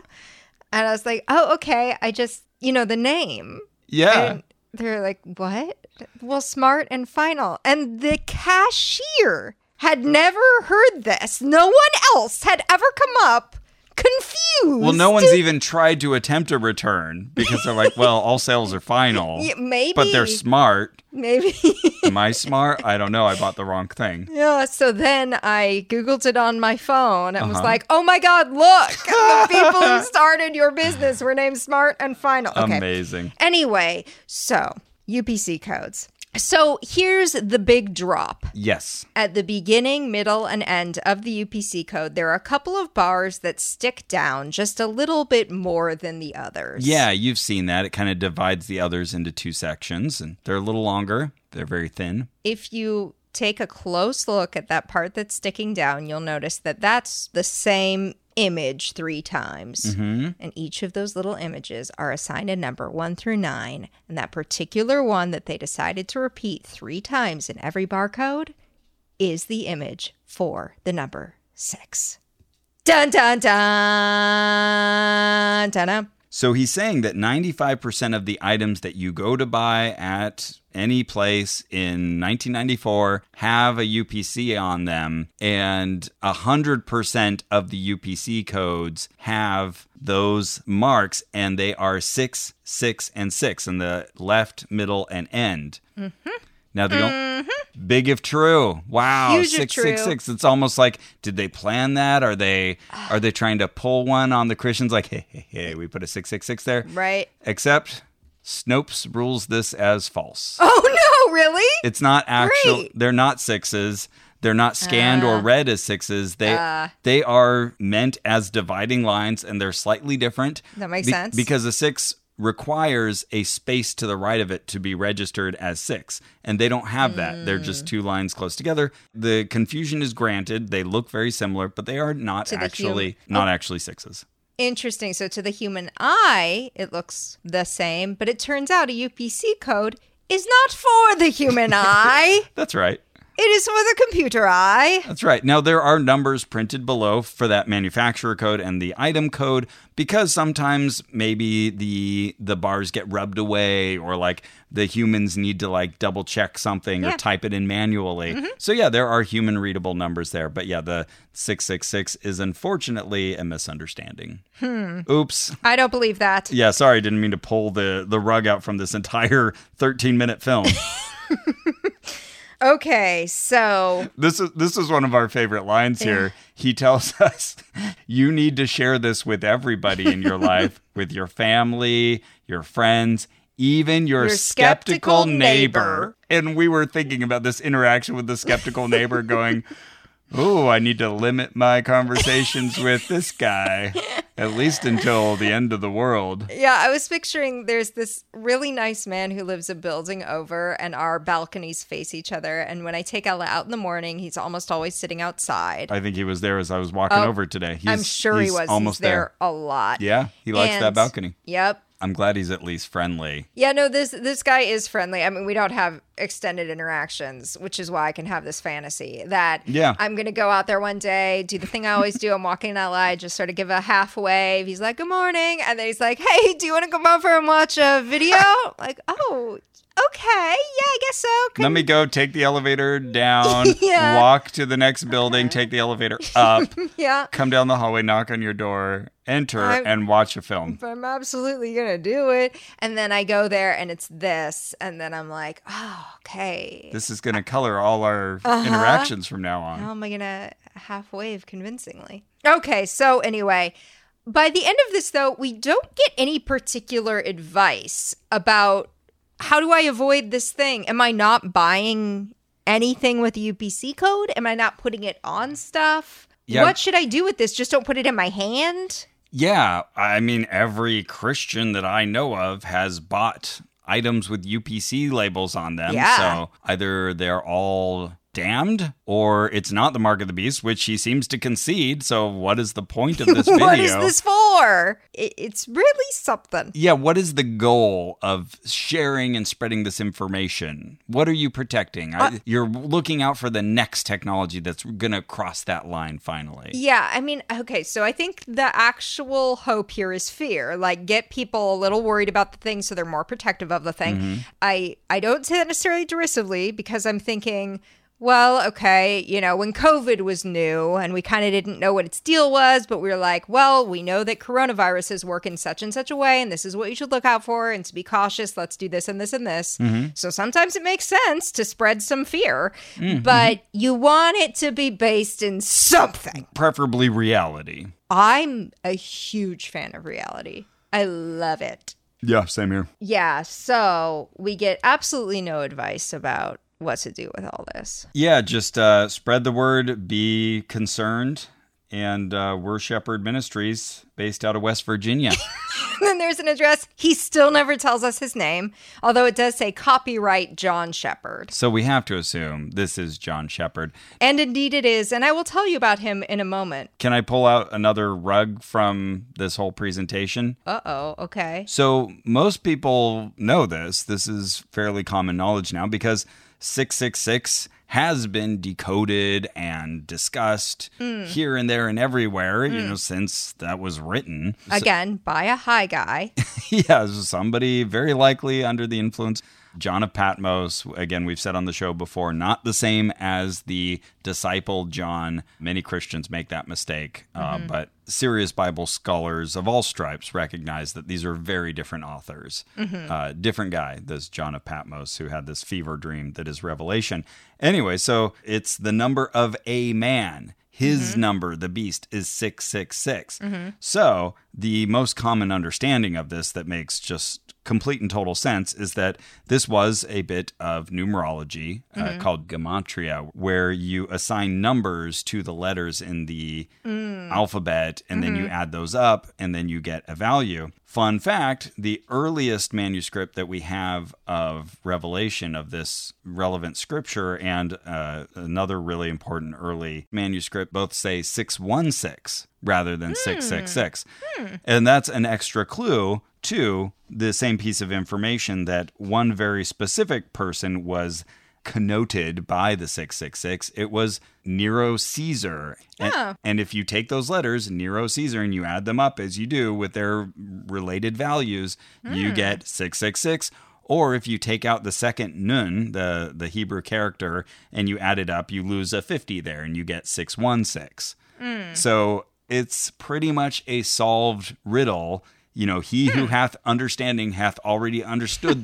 And I was like, Oh, okay. I just you know the name.
Yeah.
And they're like, What? Well, smart and final. And the cashier had never heard this. No one else had ever come up confused.
well, no one's even tried to attempt a return because they're like, well, all sales are final.
Yeah, maybe.
But they're smart.
Maybe.
Am I smart? I don't know. I bought the wrong thing.
yeah. So then I Googled it on my phone and was
Uh-huh.
like, oh my God, look. the people who started your business were named Smart and Final. Okay.
Amazing.
Anyway, so UPC codes. So here's the big drop.
Yes.
At the beginning, middle, and end of the UPC code, there are a couple of bars that stick down just a little bit more than the others.
Yeah, you've seen that. It kind of divides the others into two sections, and they're a little longer. They're very thin.
if you take a close look at that part that's sticking down, you'll notice that that's the same image three times. And each of those little images are assigned a number one through nine. And that particular one that they decided to repeat three times in every barcode is the image for the number six. Dun dun dun dun. dun.
So he's saying that 95% of the items that you go to buy at any place in 1994 have a UPC on them, and 100% of the UPC codes have those marks, and they are six, six, and six in the left, middle, and end. Now they don't. Big if true. Wow,
Mm-hmm. Huge if
six
true.
six six. It's almost like did they plan that? Are they are they trying to pull one on the Christians? Like hey hey hey, we put a six six six there.
Right.
Except Snopes rules this as false.
Oh no, really?
It's not actual.
Great. Uh.
They're not sixes. They're not scanned or read as sixes. They they are meant as dividing lines, and they're slightly different.
That makes sense.
because a six requires a space to the right of it to be registered as six, and they don't have that. They're
Hmm.
just two lines close together. The confusion is granted. They look very similar, but they are not
the Oh. hum-
actually not actually sixes.
Interesting. So to the human eye, it looks the same, but it turns out a UPC code is not for the human eye.
That's right.
It is for the computer eye.
That's right. Now, there are numbers printed below for that manufacturer code and the item code because sometimes maybe the the bars get rubbed away or like the humans need to like double check something or
Yeah.
type it in manually. So yeah, there are human readable numbers there, but yeah, the 666 is unfortunately a misunderstanding. Oops.
I don't believe that.
Yeah, sorry, didn't mean to pull the the rug out from this entire 13-minute film.
Okay, so
this is this is one of our favorite lines here. He tells us you need to share this with everybody in your life, with your family, your friends, even your,
Your
skeptical,
skeptical
neighbor. And we were thinking about this interaction with the skeptical neighbor going, "Oh, I need to limit my conversations with this guy at least until the end of the world."
yeah, I was picturing there's this really nice man who lives a building over, and our balconies face each other. And when I take Ella out in the morning, he's almost always sitting outside.
I think he was there as I was walking over today. Uh, He's,
Oh, I'm sure he
he's
was.
almost
he's there, a lot.
Yeah, he likes that
And-
balcony.
Yep.
I'm glad he's at least friendly.
Yeah, no, this this guy is friendly. I mean, we don't have extended interactions, which is why I can have this fantasy that
Yeah.
I'm gonna go out there one day, do the thing I always do. I'm walking in LA, I just sort of give a half wave. He's like, "Good morning," and then he's like, "Hey, do you want to come over and watch a video?" like, oh, okay, yeah, I guess so.
Let
Couldn't-
me go take the elevator down,
Yeah. Uh-huh.
walk to the next building, take the elevator up,
yeah,
come down the hallway, knock on your door, enter,
I'm-
and watch a film.
but I'm absolutely gonna do it. And then I go there, and it's this, and then I'm like, oh, okay.
This is going to color all our
Uh-huh.
interactions from now on.
How am I going to half wave convincingly? Okay, so anyway, by the end of this, though, we don't get any particular advice about how do I avoid this thing? Am I not buying anything with a UPC code? Am I not putting it on stuff?
Yeah.
What should I do with this? Just don't put it in my hand?
Yeah, I mean, every Christian that I know of has bought items with UPC labels on them.
Yeah.
So either they're all damned or it's not the mark of the beast, which he seems to concede. So, what is the point of this video?
What is this for? It, it's really something.
Yeah, what is the goal of sharing and spreading this information? What are you protecting? I, you're looking out for the next technology that's going to cross that line finally.
Yeah, I mean, okay, so I think the actual hope here is fear. Like get people a little worried about the thing so they're more protective of the thing. I I don't say that necessarily derisively because I'm thinking well, okay, you know, when COVID was new and we kind of didn't know what its deal was, but we were like, well, we know that coronaviruses work in such and such a way, and this is what you should look out for, and to be cautious, let's do this and this and this. So sometimes it makes sense to spread some fear, but you want it to be based in something.
Preferably reality.
I'm a huge fan of reality. I love it.
Yeah, same here.
Yeah, so we get absolutely no advice about what to do with all this.
Yeah, just uh, spread the word, be concerned. And uh, we're Shepherd Ministries based out of West Virginia.
then there's an address. He still never tells us his name, although it does say copyright John Shepard.
so we have to assume this is John Shepherd.
And indeed it is, and I will tell you about him in a moment.
Can I pull out another rug from this whole presentation?
Uh-oh, okay.
So most people know this. This is fairly common knowledge now because 666 has been decoded and discussed here and there and everywhere, you know, since that was written.
Again, by a high guy.
yeah, somebody very likely under the influence. John of Patmos, again, we've said on the show before, not the same as the disciple John. Many Christians make that mistake, uh, but serious Bible scholars of all stripes recognize that these are very different authors. Uh, different guy, this John of Patmos, who had this fever dream that is Revelation. Anyway, so it's the number of a man. His number, the beast, is 666. So, the most common understanding of this that makes just complete and total sense is that this was a bit of numerology uh, called gematria, where you assign numbers to the letters in the alphabet and then you add those up and then you get a value. Fun fact the earliest manuscript that we have of Revelation of this relevant scripture and uh, another really important early manuscript both say 616 rather than 666. And that's an extra clue to the same piece of information that one very specific person was connoted by the 666. It was Nero Caesar. And, and if you take those letters, Nero Caesar, and you add them up as you do with their related values, you get 666. Or if you take out the second nun, the, the Hebrew character, and you add it up, you lose a 50 there and you get 616.
Hmm.
So it's pretty much a solved riddle. You know, he
Hmm.
who hath understanding hath already understood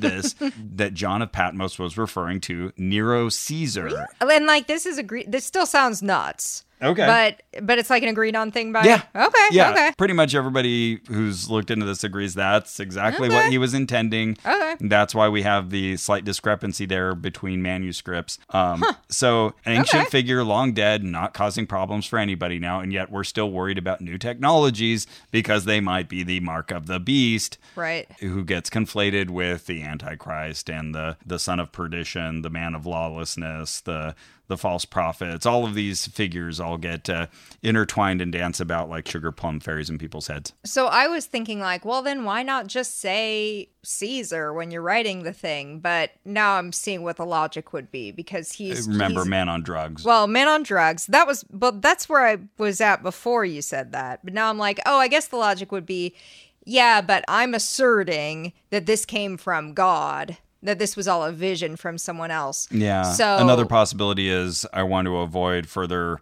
this that John of Patmos was referring to Nero Caesar.
And like this is agree this still sounds nuts.
Okay.
But but it's like an agreed on thing by
Yeah.
Okay,
Yeah.
okay.
Pretty much everybody who's looked into this agrees that's exactly
Okay.
what he was intending.
Okay.
That's why we have the slight discrepancy there between manuscripts. Um, So, an ancient
Okay.
figure, long dead, not causing problems for anybody now, and yet we're still worried about new technologies because they might be the mark of the beast
Right.
who gets conflated with the antichrist and the the son of perdition the man of lawlessness the the false prophets all of these figures all get uh, intertwined and dance about like sugar plum fairies in people's heads
So I was thinking, like, well, then why not just say Caesar when you're writing the thing? But now I'm seeing what the logic would be because he's
Uh, remember
he's-
man on drugs
Well, man on drugs. That was, but that's where I was at before you said that. But now I'm like, oh, I guess the logic would be, yeah, but I'm asserting that this came from God, that this was all a vision from someone else.
yeah
So
another possibility is i want to avoid further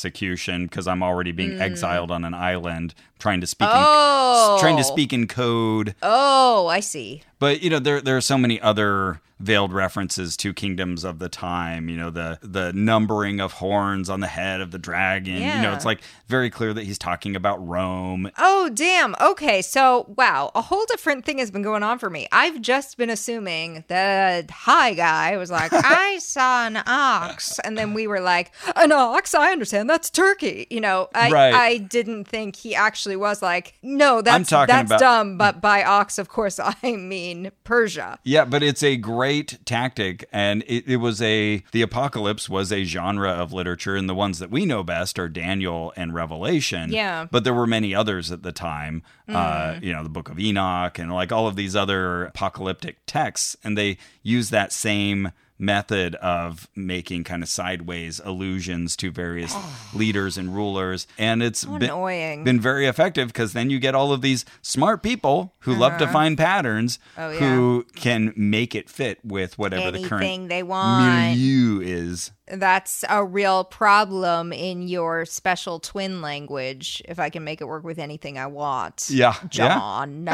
prosecution because I'm already being exiled on an island, trying to speak
Mm. Oh.
in, trying to speak in code.
Oh, I see.
But you know, there there are so many other veiled references to kingdoms of the time. You know, the the numbering of horns on the head of the dragon. You know,
Yeah.
it's like very clear that he's talking about Rome.
Oh, damn. Okay. So, wow, a whole different thing has been going on for me. I've just been assuming that high guy was like, I saw an ox. And then we were like, an ox? I understand. That's turkey. You know, I,
Right.
I didn't think he actually was like, no, that's,
talking
that's
about-
dumb. But by ox, of course, I mean Persia.
Yeah, but it's a great tactic, and it, it was a the apocalypse was a genre of literature, and the ones that we know best are Daniel and Revelation.
Yeah.
but there were many others at the time. Uh, you know, the Book of Enoch and like all of these other apocalyptic texts, and they use that same method of making kind of sideways allusions to various leaders and rulers, and it's
Oh,
been-
annoying.
Mm-hmm. been very effective because then you get all of these smart people who love to find patterns
Uh-huh. Oh, yeah.
who can make it fit with whatever the
Anything
current
they want.
milieu is.
That's a real problem in your special twin language. If I can make it work with anything I want.
Yeah. Yeah.
John.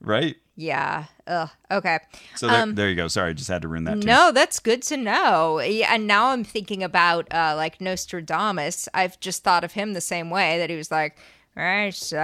Right.
yeah. Ugh. Okay.
So there, there you go. Sorry, I just had to ruin that too.
Um, No, that's good to know. Yeah, and now I'm thinking about uh, like Nostradamus. I've just thought of him the same way that he was like, I saw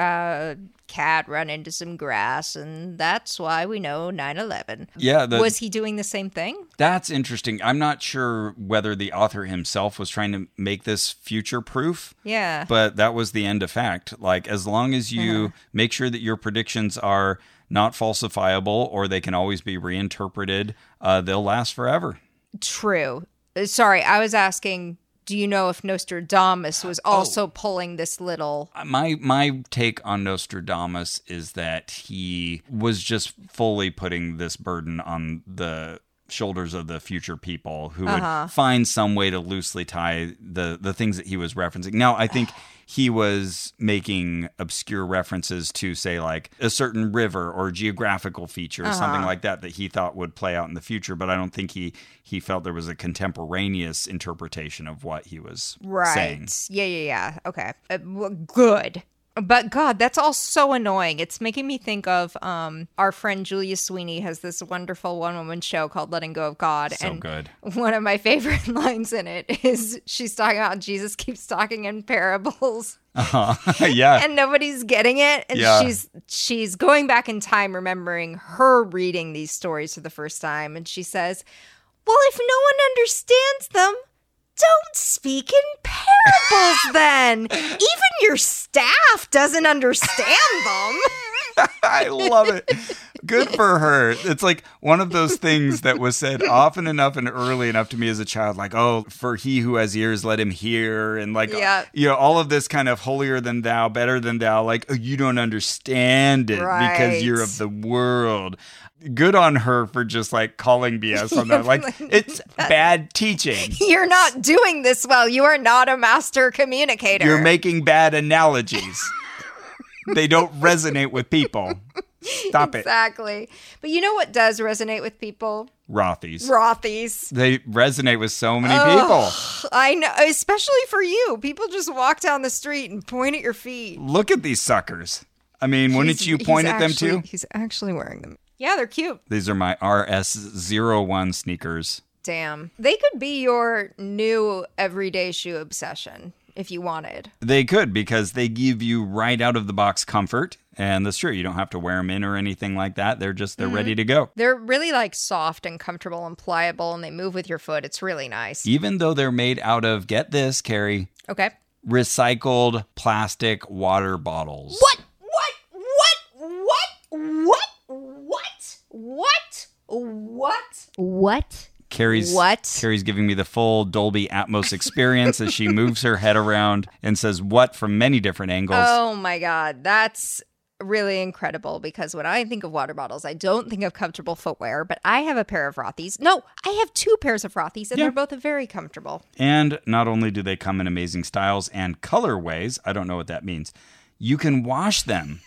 a cat run into some grass, and that's why we know 9 11.
Yeah, the-
was he doing the same thing?
That's interesting. I'm not sure whether the author himself was trying to make this future proof.
Yeah.
But that was the end effect. Like, as long as
Uh-huh.
you make sure that your predictions are not falsifiable or they can always be reinterpreted, uh, they'll last forever.
True. Uh, Sorry, I was asking. Do you know if Nostradamus was
Oh.
also pulling this little?
my my take on Nostradamus is that he was just fully putting this burden on the shoulders of the future people who
Uh-huh.
would find some way to loosely tie the the things that he was referencing. Now, I think he was making obscure references to say like a certain river or geographical feature
Uh-huh.
or something like that that he thought would play out in the future, but I don't think he he felt there was a contemporaneous interpretation of what he was saying.
Right. Yeah, yeah, yeah. Okay. Uh, w- good. But God, that's all so annoying. It's making me think of um, our friend Julia Sweeney has this wonderful one woman show called Letting Go of God.
So
and
good.
one of my favorite lines in it is she's talking about Jesus keeps talking in parables
Uh-huh. yeah.
and nobody's getting it and
Yeah.
she's she's going back in time remembering her reading these stories for the first time and she says well if no one understands them don't speak in parables then even your staff doesn't understand them
I love it. Good for her. It's like one of those things that was said often enough and early enough to me as a child, like, oh, for he who has ears, let him hear. And like,
Yeah.
you know, all of this kind of holier than thou, better than thou, like, oh, you don't understand it because you're
Right.
of the world. Good on her for just like calling BS on that. Like, it's bad teaching.
you're not doing this well you are not a master communicator
You're making bad analogies. they don't resonate with people. Stop it.
exactly but you know what does resonate with people
Rothies.
rothies
they resonate with so many people.
I know, especially for you. People just walk down the street and point at your feet.
Look at these suckers. I mean, wouldn't
He's-
you
he's
point at them
actually-
too?
He's actually wearing them. Yeah, they're cute.
These are my RS01 sneakers.
Damn. They could be your new everyday shoe obsession if you wanted.
They could because they give you right out of the box comfort. And that's true. You don't have to wear them in or anything like that. They're just, they're
Mm-hmm.
ready to go.
They're really like soft and comfortable and pliable and they move with your foot. It's really nice.
Even though they're made out of, get this, Carrie,
Okay.
recycled plastic water bottles.
What? What? What? What? What? What? What? What?
Carrie's
What?
Carrie's giving me the full Dolby Atmos experience as she moves her head around and says "what" from many different angles.
Oh my God. That's really incredible because when I think of water bottles, I don't think of comfortable footwear, but I have a pair of Rothy's. No, I have two pairs of Rothy's and
Yeah.
they're both very comfortable.
And not only do they come in amazing styles and colorways, I don't know what that means. You can wash them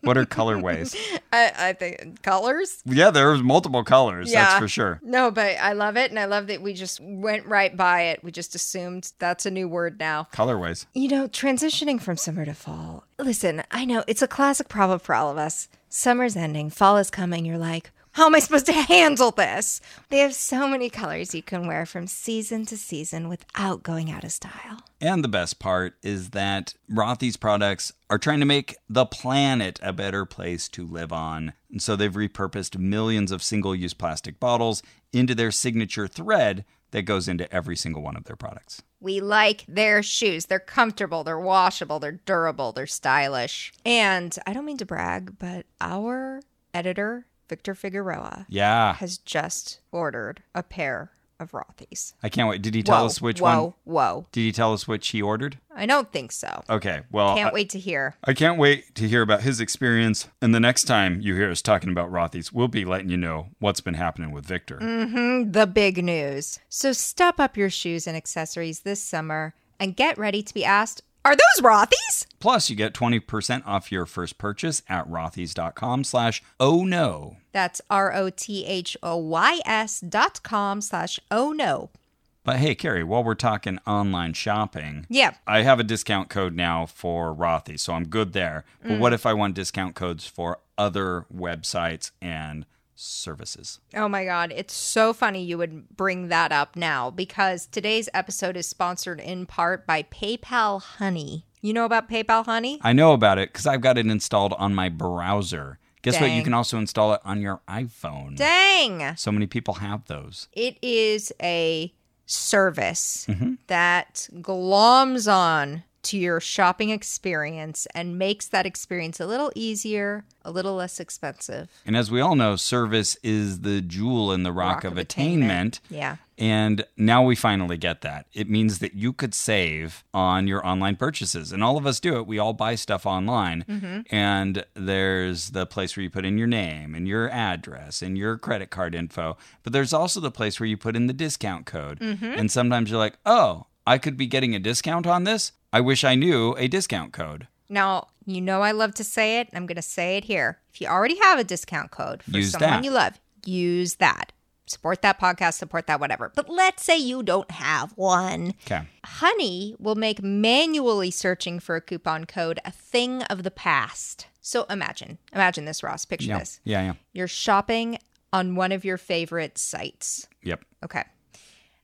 What are colorways?
I, I think colors.
yeah, there's multiple colors. That's
Yeah.
for sure.
No, but I love it. And I love that we just went right by it. We just assumed that's a new word now.
Colorways.
You know, transitioning from summer to fall. Listen, I know it's a classic problem for all of us. Summer's ending, fall is coming. You're like, how am I supposed to handle this? They have so many colors you can wear from season to season without going out of style.
And the best part is that Rothy's products are trying to make the planet a better place to live on. And so they've repurposed millions of single use plastic bottles into their signature thread that goes into every single one of their products.
We like their shoes. They're comfortable, they're washable, they're durable, they're stylish. And I don't mean to brag, but our editor, Victor Figueroa,
Yeah.
has just ordered a pair of Rothy's.
I can't wait. Did he tell
Whoa,
us which
whoa,
one?
Whoa,
Did he tell us which he ordered?
I don't think so.
Okay. Well,
Can't
I-
wait to hear.
I can't wait to hear about his experience. And the next time you hear us talking about Rothy's, we'll be letting you know what's been happening with Victor.
Mm, the big news. So step up your shoes and accessories this summer and get ready to be asked, are those Rothy's?
Plus, you get 20% off your first purchase at rothys.com slash oh no.
That's R-O-T-H-O-Y-S dot com slash oh no.
But hey, Carrie, while we're talking online shopping,
Yeah.
I have a discount code now for Rothy's, so I'm good there. But
Mm.
what if I want discount codes for other websites and services?
Oh my God. It's so funny you would bring that up now because today's episode is sponsored in part by PayPal Honey. You know about PayPal Honey?
I know about it because I've got it installed on my browser. Guess what? You
Dang.
can also install it on your iPhone.
Dang.
So many people have those.
It is a service
Mm-hmm.
that gloms on to your shopping experience and makes that experience a little easier, a little less expensive.
And as we all know, service is the jewel in the rock, of, attainment.
Yeah.
And now we finally get that. It means that you could save on your online purchases. And all of us do it. We all buy stuff online. And there's the place where you put in your name and your address and your credit card info. But there's also the place where you put in the discount code. And sometimes you're like, oh, I could be getting a discount on this. I wish I knew a discount code.
Now, you know I love to say it, and I'm going to say it here. If you already have a discount code for
Use
someone
that.
you love, use that. Support that podcast, support that whatever. But let's say you don't have one.
Okay.
Honey will make manually searching for a coupon code a thing of the past. So imagine, imagine this, Ross. Picture
Yeah.
this.
Yeah. Yeah.
You're shopping on one of your favorite sites.
Yep.
Okay.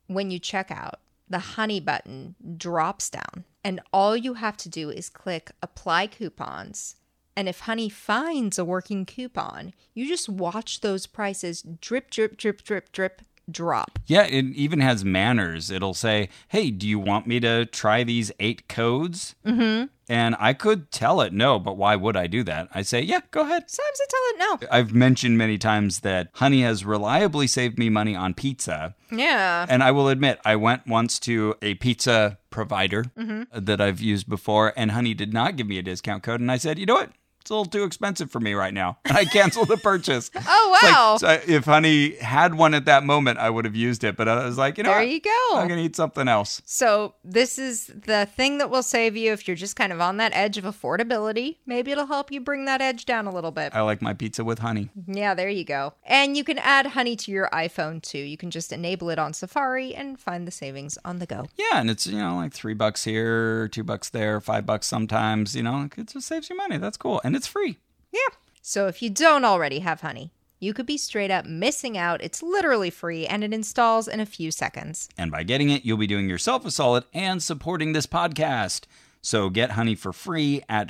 When you check out, the honey button drops down, and all you have to do is click apply coupons. And if honey finds a working coupon, you just watch those prices drip, drip, drip, drip, drip, drop.
Yeah, it even has manners. It'll say, "Hey, do you want me to try these eight codes?" Mm-hmm. And I could tell it no, but why would I do that? I say, "Yeah, go ahead."
Sometimes I tell it
I've mentioned many times that Honey has reliably saved me money on pizza.
no. Yeah.
And I will admit, I went once to a pizza provider that I've used before, and Honey did not give me a discount code. And I said, you know what? It's a little too expensive for me right now. And I canceled the purchase.
Oh,
It's like,
wow.
so if Honey had one at that moment, I would have used it. But I was like, you know,
There
what?
you go.
I'm going to eat something else.
So, this is the thing that will save you if you're just kind of on that edge of affordability. Maybe it'll help you bring that edge down a little bit.
I like my pizza with honey.
Yeah, there you go. And you can add Honey to your iPhone too. You can just enable it on Safari and find the savings on the go.
Yeah, and it's you know like three bucks here, two bucks there, five bucks sometimes. You know, like, it just saves you money. That's cool, and it's free.
Yeah. So, if you don't already have Honey, you could be straight up missing out. It's literally free and it installs in a few seconds.
And by getting it, you'll be doing yourself a solid and supporting this podcast. So get Honey for free at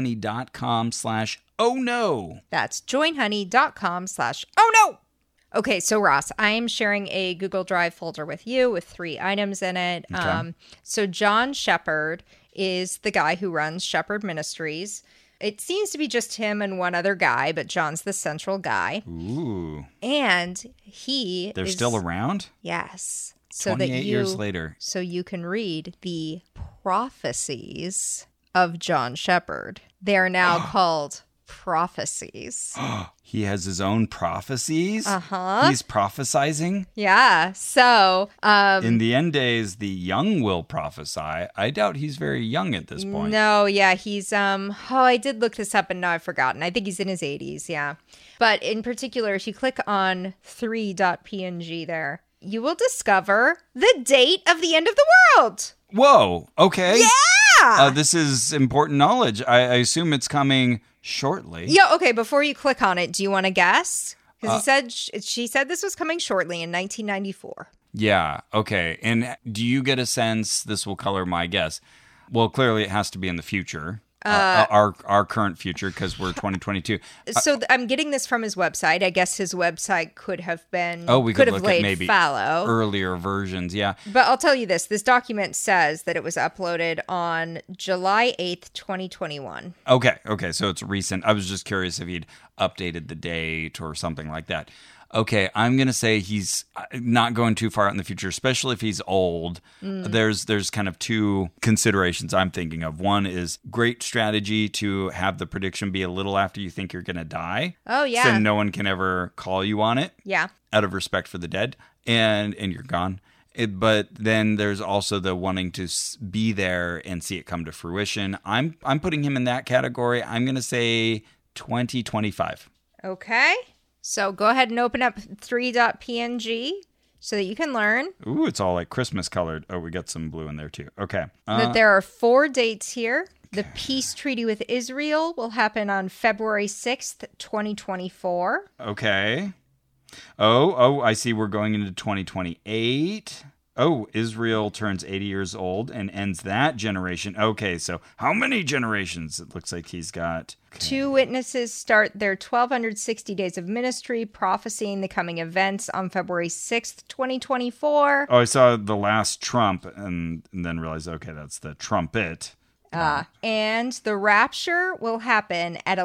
joinhoney.com slash oh no.
That's joinhoney.com slash oh no. Okay, so Ross, I am sharing a Google Drive folder with you with three items in it. Um, so John Shepard is the guy who runs Shepherd Ministries. It seems to be just him and one other guy, but John's the central guy,
Ooh,
and he
they're
is-
still around?
yes. So that
28
you
years later.
so you can read the prophecies of John Shepard. They are now called prophecies.
He has his own prophecies.
Uh-huh.
He's prophesizing.
yeah. So, um,
In the end days, the young will prophesy. I doubt he's very young at this point.
no, yeah, he's um oh, I did look this up and now I've forgotten. I think he's in his 80s, yeah. But in particular, if you click on 3.png there, you will discover the date of the end of the world.
Whoa. Okay. Yeah.
Ah!
Uh, this is important knowledge. I, I assume it's coming shortly.
Yeah, okay, before you click on it, do you want to guess? Cuz
Uh,
he said sh- she said this was coming shortly in 1994.
Yeah. Okay. And do you get a sense this will color my guess? Well, clearly it has to be in the future. Uh, our our current future because we're 2022.
So th- I'm getting this from his website. I guess his website could have been
Oh, we could,
have
look
laid
at maybe
fallow.
earlier versions. Yeah.
But I'll tell you this this document says that it was uploaded on July 8th, 2021.
Okay. Okay. So it's recent. I was just curious if he'd updated the date or something like that. Okay, I'm gonna say he's uh, not going too far out in the future, especially if he's old. There's there's kind of two considerations I'm thinking of. One is great strategy to have the prediction be a little after you think you're gonna die.
Oh, yeah.
So no one can ever call you on it
Yeah.
out of respect for the dead and and you're gone. It, but then there's also the wanting to s- be there and see it come to fruition. I'm I'm putting him in that category. I'm going to say 2025.
Okay. So go ahead and open up 3.png so that you can learn
Ooh, it's all like Christmas colored. Oh, we got some blue in there too. Okay. Uh,
that there are four dates here. The peace treaty with Israel will happen on February 6th, 2024.
okay. Oh, oh, I see we're going into 2028. Oh, Israel turns 80 years old and ends that generation. Okay, so how many generations? It looks like he's got
Two witnesses start their 1260 days of ministry prophesying the coming events on February 6th, 2024.
Oh, I saw the last Trump and, and then realized, okay, that's the trumpet.
Uh, and the rapture will happen at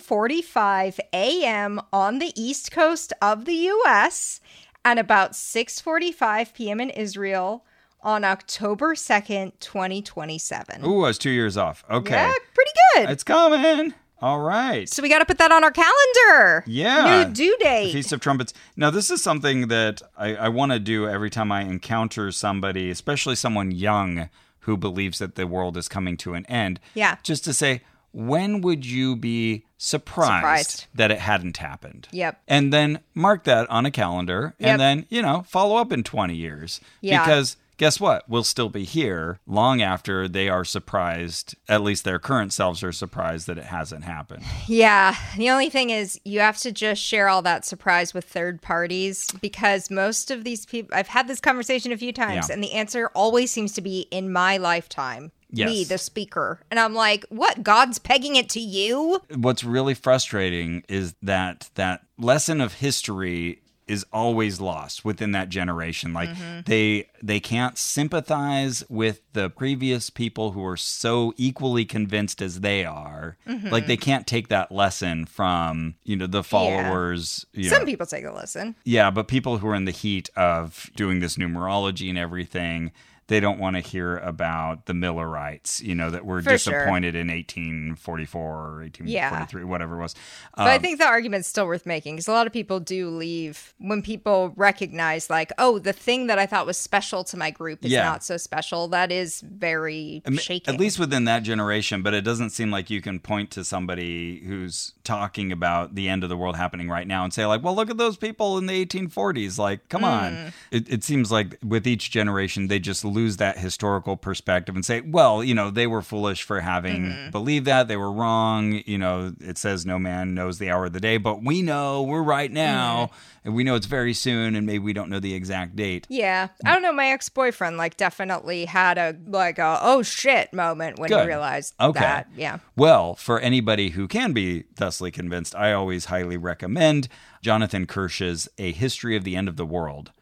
11:45 a.m. on the east coast of the U.S. and about 6:45 p.m. in Israel on October 2nd, 2027.
Ooh, I was two years off. Okay.
Yeah, pretty good.
It's coming. All right.
so we got to put that on our calendar.
Yeah.
new due
The
date.
Feast of Trumpets. Now, this is something that I, I want to do every time I encounter somebody, especially someone young who believes that the world is coming to an end.
Yeah.
Just to say, when would you be surprised,
Surprised.
that it hadn't happened?
Yep.
And then mark that on a calendar
Yep.
and then, you know, follow up in 20 years.
Yeah.
Because guess what? We'll still be here long after they are surprised, at least their current selves are surprised that it hasn't happened.
Yeah. The only thing is, you have to just share all that surprise with third parties because most of these people, I've had this conversation a few times,
Yeah.
and the answer always seems to be in my lifetime. Me,
Yes.
the speaker. And I'm like, what? God's pegging it to you?
what's really frustrating is that that lesson of history is always lost within that generation like they they can't sympathize with the previous people who are so equally convinced as they are like they can't take that lesson from you know the followers you know.
Some people take a listen.
Yeah, but people who are in the heat of doing this numerology and everything, they don't want to hear about the Millerites, you know, that were
For sure.
disappointed in 1844 or 1843, whatever it was.
But
Um,
I think the argument's still worth making because a lot of people do leave when people recognize, like, oh, the thing that I thought was special to my group is
Yeah.
not so special. That is very
I mean,
shaking.
At least within that generation, but it doesn't seem like you can point to somebody who's talking about the end of the world happening right now and say, like, well, look at those people in the 1840s. Like, come on. It, it seems like with each generation, they just lose that historical perspective and say, well, you know, they were foolish for having believed that. They were wrong. You know, it says no man knows the hour of the day, but we know we're right now and we know it's very soon and maybe we don't know the exact date.
Yeah, I don't know. My ex boyfriend like definitely had a like a oh shit moment when he
Good.
realized
Okay.
that. Yeah,
Well, for anybody who can be thusly convinced, I always highly recommend Jonathan Kirsch's A History of the End of the World.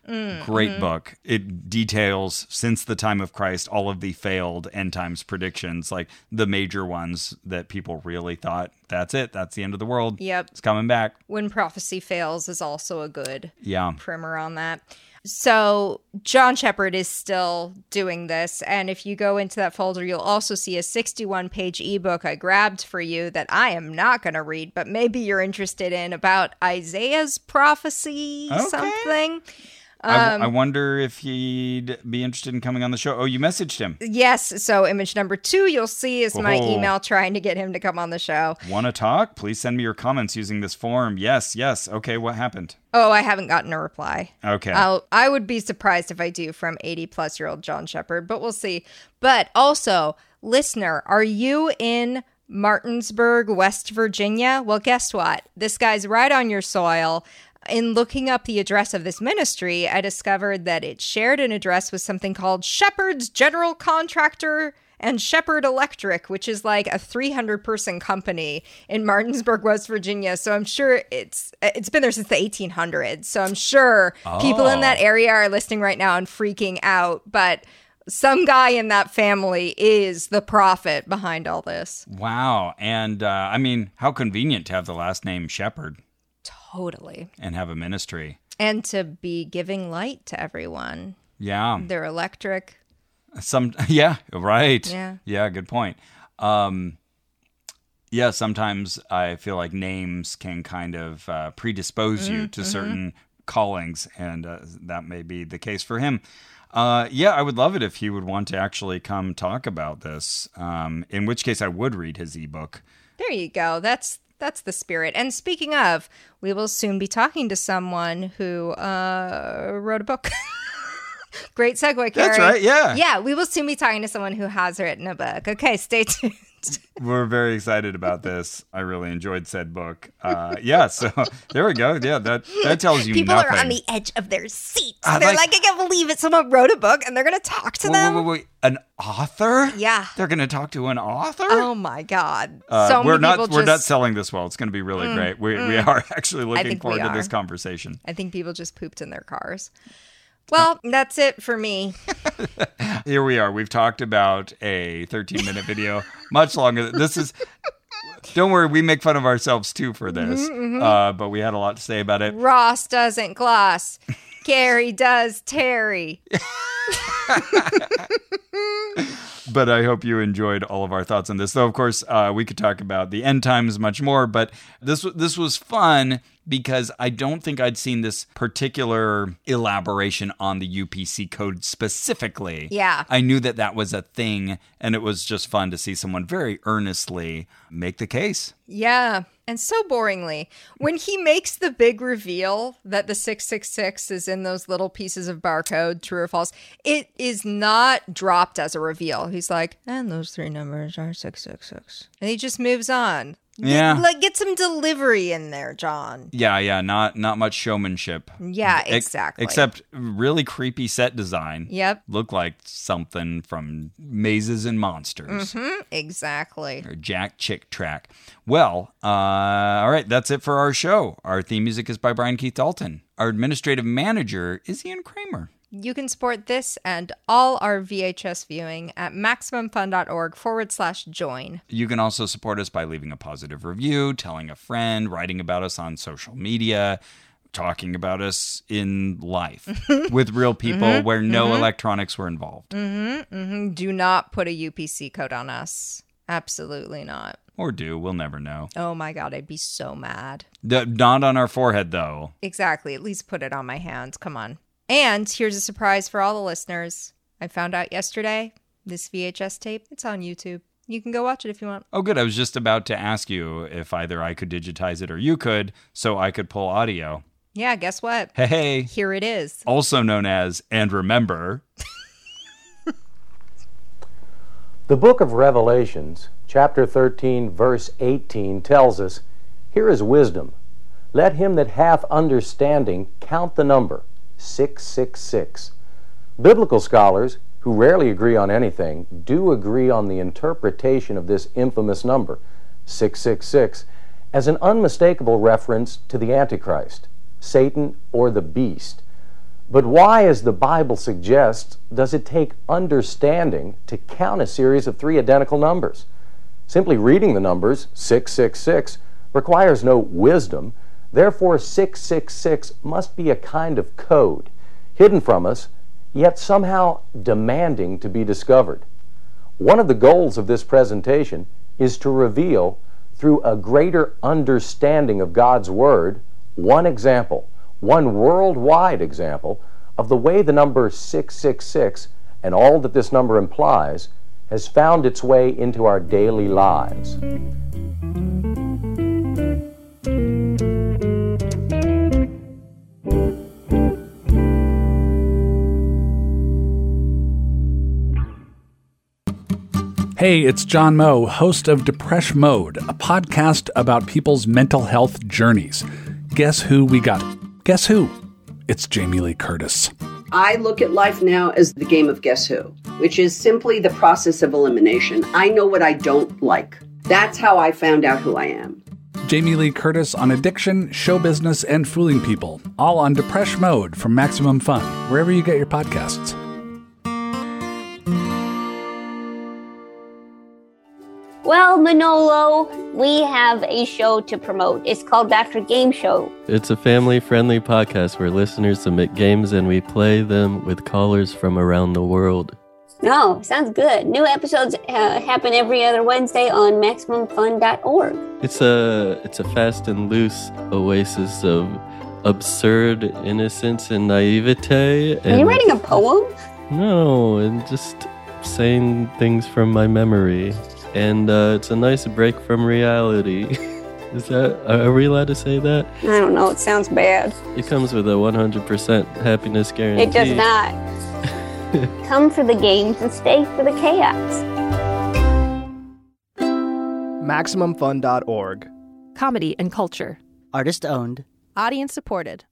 Great book. It details since the time of Christ all of the failed end times predictions, like the major ones that people really thought that's it. That's the end of the world.
Yep.
It's coming back.
When prophecy fails is also a good
Yeah.
primer on that. So John Shepard is still doing this, and if you go into that folder, you'll also see a 61-page ebook I grabbed for you that I am not going to read, but maybe you're interested in about Isaiah's prophecy
Okay.
something.
I, I wonder if he'd be interested in coming on the show. Oh, you messaged him.
Yes, so image number 2 you'll see is my
Oh.
email trying to get him to come on the show.
Want to talk? Please send me your comments using this form. Yes, yes. Okay, what happened?
Oh, I haven't gotten a reply.
Okay.
I'll, I would be surprised if I do from 80 plus year old John Shepard, but we'll see. But also, listener, are you in Martinsburg, West Virginia? Well, guess what? This guy's right on your soil. In looking up the address of this ministry, I discovered that it shared an address with something called Shepherd's General Contractor and Shepherd Electric, which is like a 300 person company in Martinsburg, West Virginia. So I'm sure it's it's been there since the 1800s. So I'm sure people in that area are listening right now and freaking out, but some guy in that family is the prophet behind all this.
wow. And uh, I mean, how convenient to have the last name Shepherd
Totally.
and have a ministry.
And to be giving light to everyone.
Yeah.
They're electric.
Some. Yeah. Right.
Yeah.
Yeah. Good point. Um, yeah. Sometimes I feel like names can kind of uh, predispose you to certain callings, and uh, that may be the case for him. Uh, yeah, I would love it if he would want to actually come talk about this. Um, in which case, I would read his ebook.
There you go. That's that's the spirit. And speaking of, we will soon be talking to someone who uh, wrote a book. Great segue, Carrie.
That's right. Yeah.
Yeah, we will soon be talking to someone who has written a book. Okay, stay tuned.
We're very excited about this. I really enjoyed said book. Uh, yeah, so there we go. Yeah, that that tells you
People
nothing.
are on the edge of their seats.
I
They're like,
like-
I can't believe it. Someone wrote a book and they're going to talk to
Wait,
them.
wait, wait, wait. An author?
Yeah.
They're going to talk to an author?
Oh my God.
Uh,
so many
we're not
people
we're not
just. Mm,
selling this well. It's going to be really great. We, we are actually looking
think
forward
we
to this
are.
conversation.
I think people just pooped in their cars. Well, that's it for me.
Here we are. We've talked about a 13 minute video, much longer. than- This is. Don't worry, we make fun of ourselves too for this,
Mm-hmm,
Uh, but we had a lot to say about it.
Ross doesn't gloss. Gary does Terry.
but I hope you enjoyed all of our thoughts on this. Though, of course, uh, we could talk about the end times much more, but this w- this was fun because I don't think I'd seen this particular elaboration on the UPC code specifically.
Yeah.
I knew that that was a thing, and it was just fun to see someone very earnestly make the case.
Yeah. And so boringly, when he makes the big reveal that the 666 is in those little pieces of barcode, true or false, it is not dropped as a reveal. He's like, and those three numbers are 666. And he just moves on.
Yeah.
Like, get some delivery in there, John.
Yeah, yeah, not not much showmanship.
Yeah,
Ex-
exactly.
except really creepy set design.
Yep.
Looked like something from Mazes and
Mm-hmm.
Monsters.
Exactly.
or Jack Chick track. Well, uh, all right, that's it for our show. Our theme music is by Brian Keith Dalton. Our administrative manager is Ian Kramer.
You can support this and all our VHS viewing at MaximumFun.org forward slash join.
You can also support us by leaving a positive review, telling a friend, writing about us on social media, talking about us in life with real people where no electronics were involved,
Mm-hmm. Do not put a UPC code on us. Absolutely not.
or do. We'll never know.
Oh my God, I'd be so mad.
The- not on our forehead, though.
Exactly. At least put it on my hands. Come on. And here's a surprise for all the listeners. I found out yesterday this VHS tape, it's on YouTube. You can go watch it if you want.
Oh, good. I was just about to ask you if either I could digitize it or you could, so I could pull audio.
Yeah, guess what?
Hey.
Here it is.
also known as and remember
The book of Revelations, chapter 13, verse 18, tells us Here is wisdom. Let him that hath understanding count the number, 666. Biblical scholars, who rarely agree on anything, do agree on the interpretation of this infamous number, 666, as an unmistakable reference to the Antichrist, Satan, or the beast. But why, as the Bible suggests, does it take understanding to count a series of three identical numbers? Simply reading the numbers 666 requires no wisdom, therefore 666 must be a kind of code, hidden from us, yet somehow demanding to be discovered. One of the goals of this presentation is to reveal, through a greater understanding of God's Word, one example, one worldwide example, of the way the number 666 and all that this number implies has found its way into our daily lives.
Hey, it's John Moe, host of Depression Mode, a podcast about people's mental health journeys. Guess who we got? Guess who? It's Jamie Lee Curtis.
I look at life now as the game of guess who, which is simply the process of elimination. I know what I don't like. That's how I found out who I am.
Jamie Lee Curtis on addiction, show business, and fooling people, all on Depression Mode from Maximum Fun, wherever you get your podcasts.
Well, Manolo, we have a show to promote. It's called Dr. Game Show.
It's a family friendly podcast where listeners submit games and we play them with callers from around the world.
No, sounds good. New episodes uh, happen every other Wednesday on MaximumFun.org.
It's a it's a fast and loose oasis of absurd innocence and naivete. And,
Are you writing a poem?
No, and just saying things from my memory and uh, it's a nice break from reality. Is that are we allowed to say that?
I don't know. It sounds bad.
It comes with a 100% happiness guarantee.
It does not. Come for the games and stay for the chaos.
MaximumFun.org.
comedy and culture,
Artist owned.
audience supported.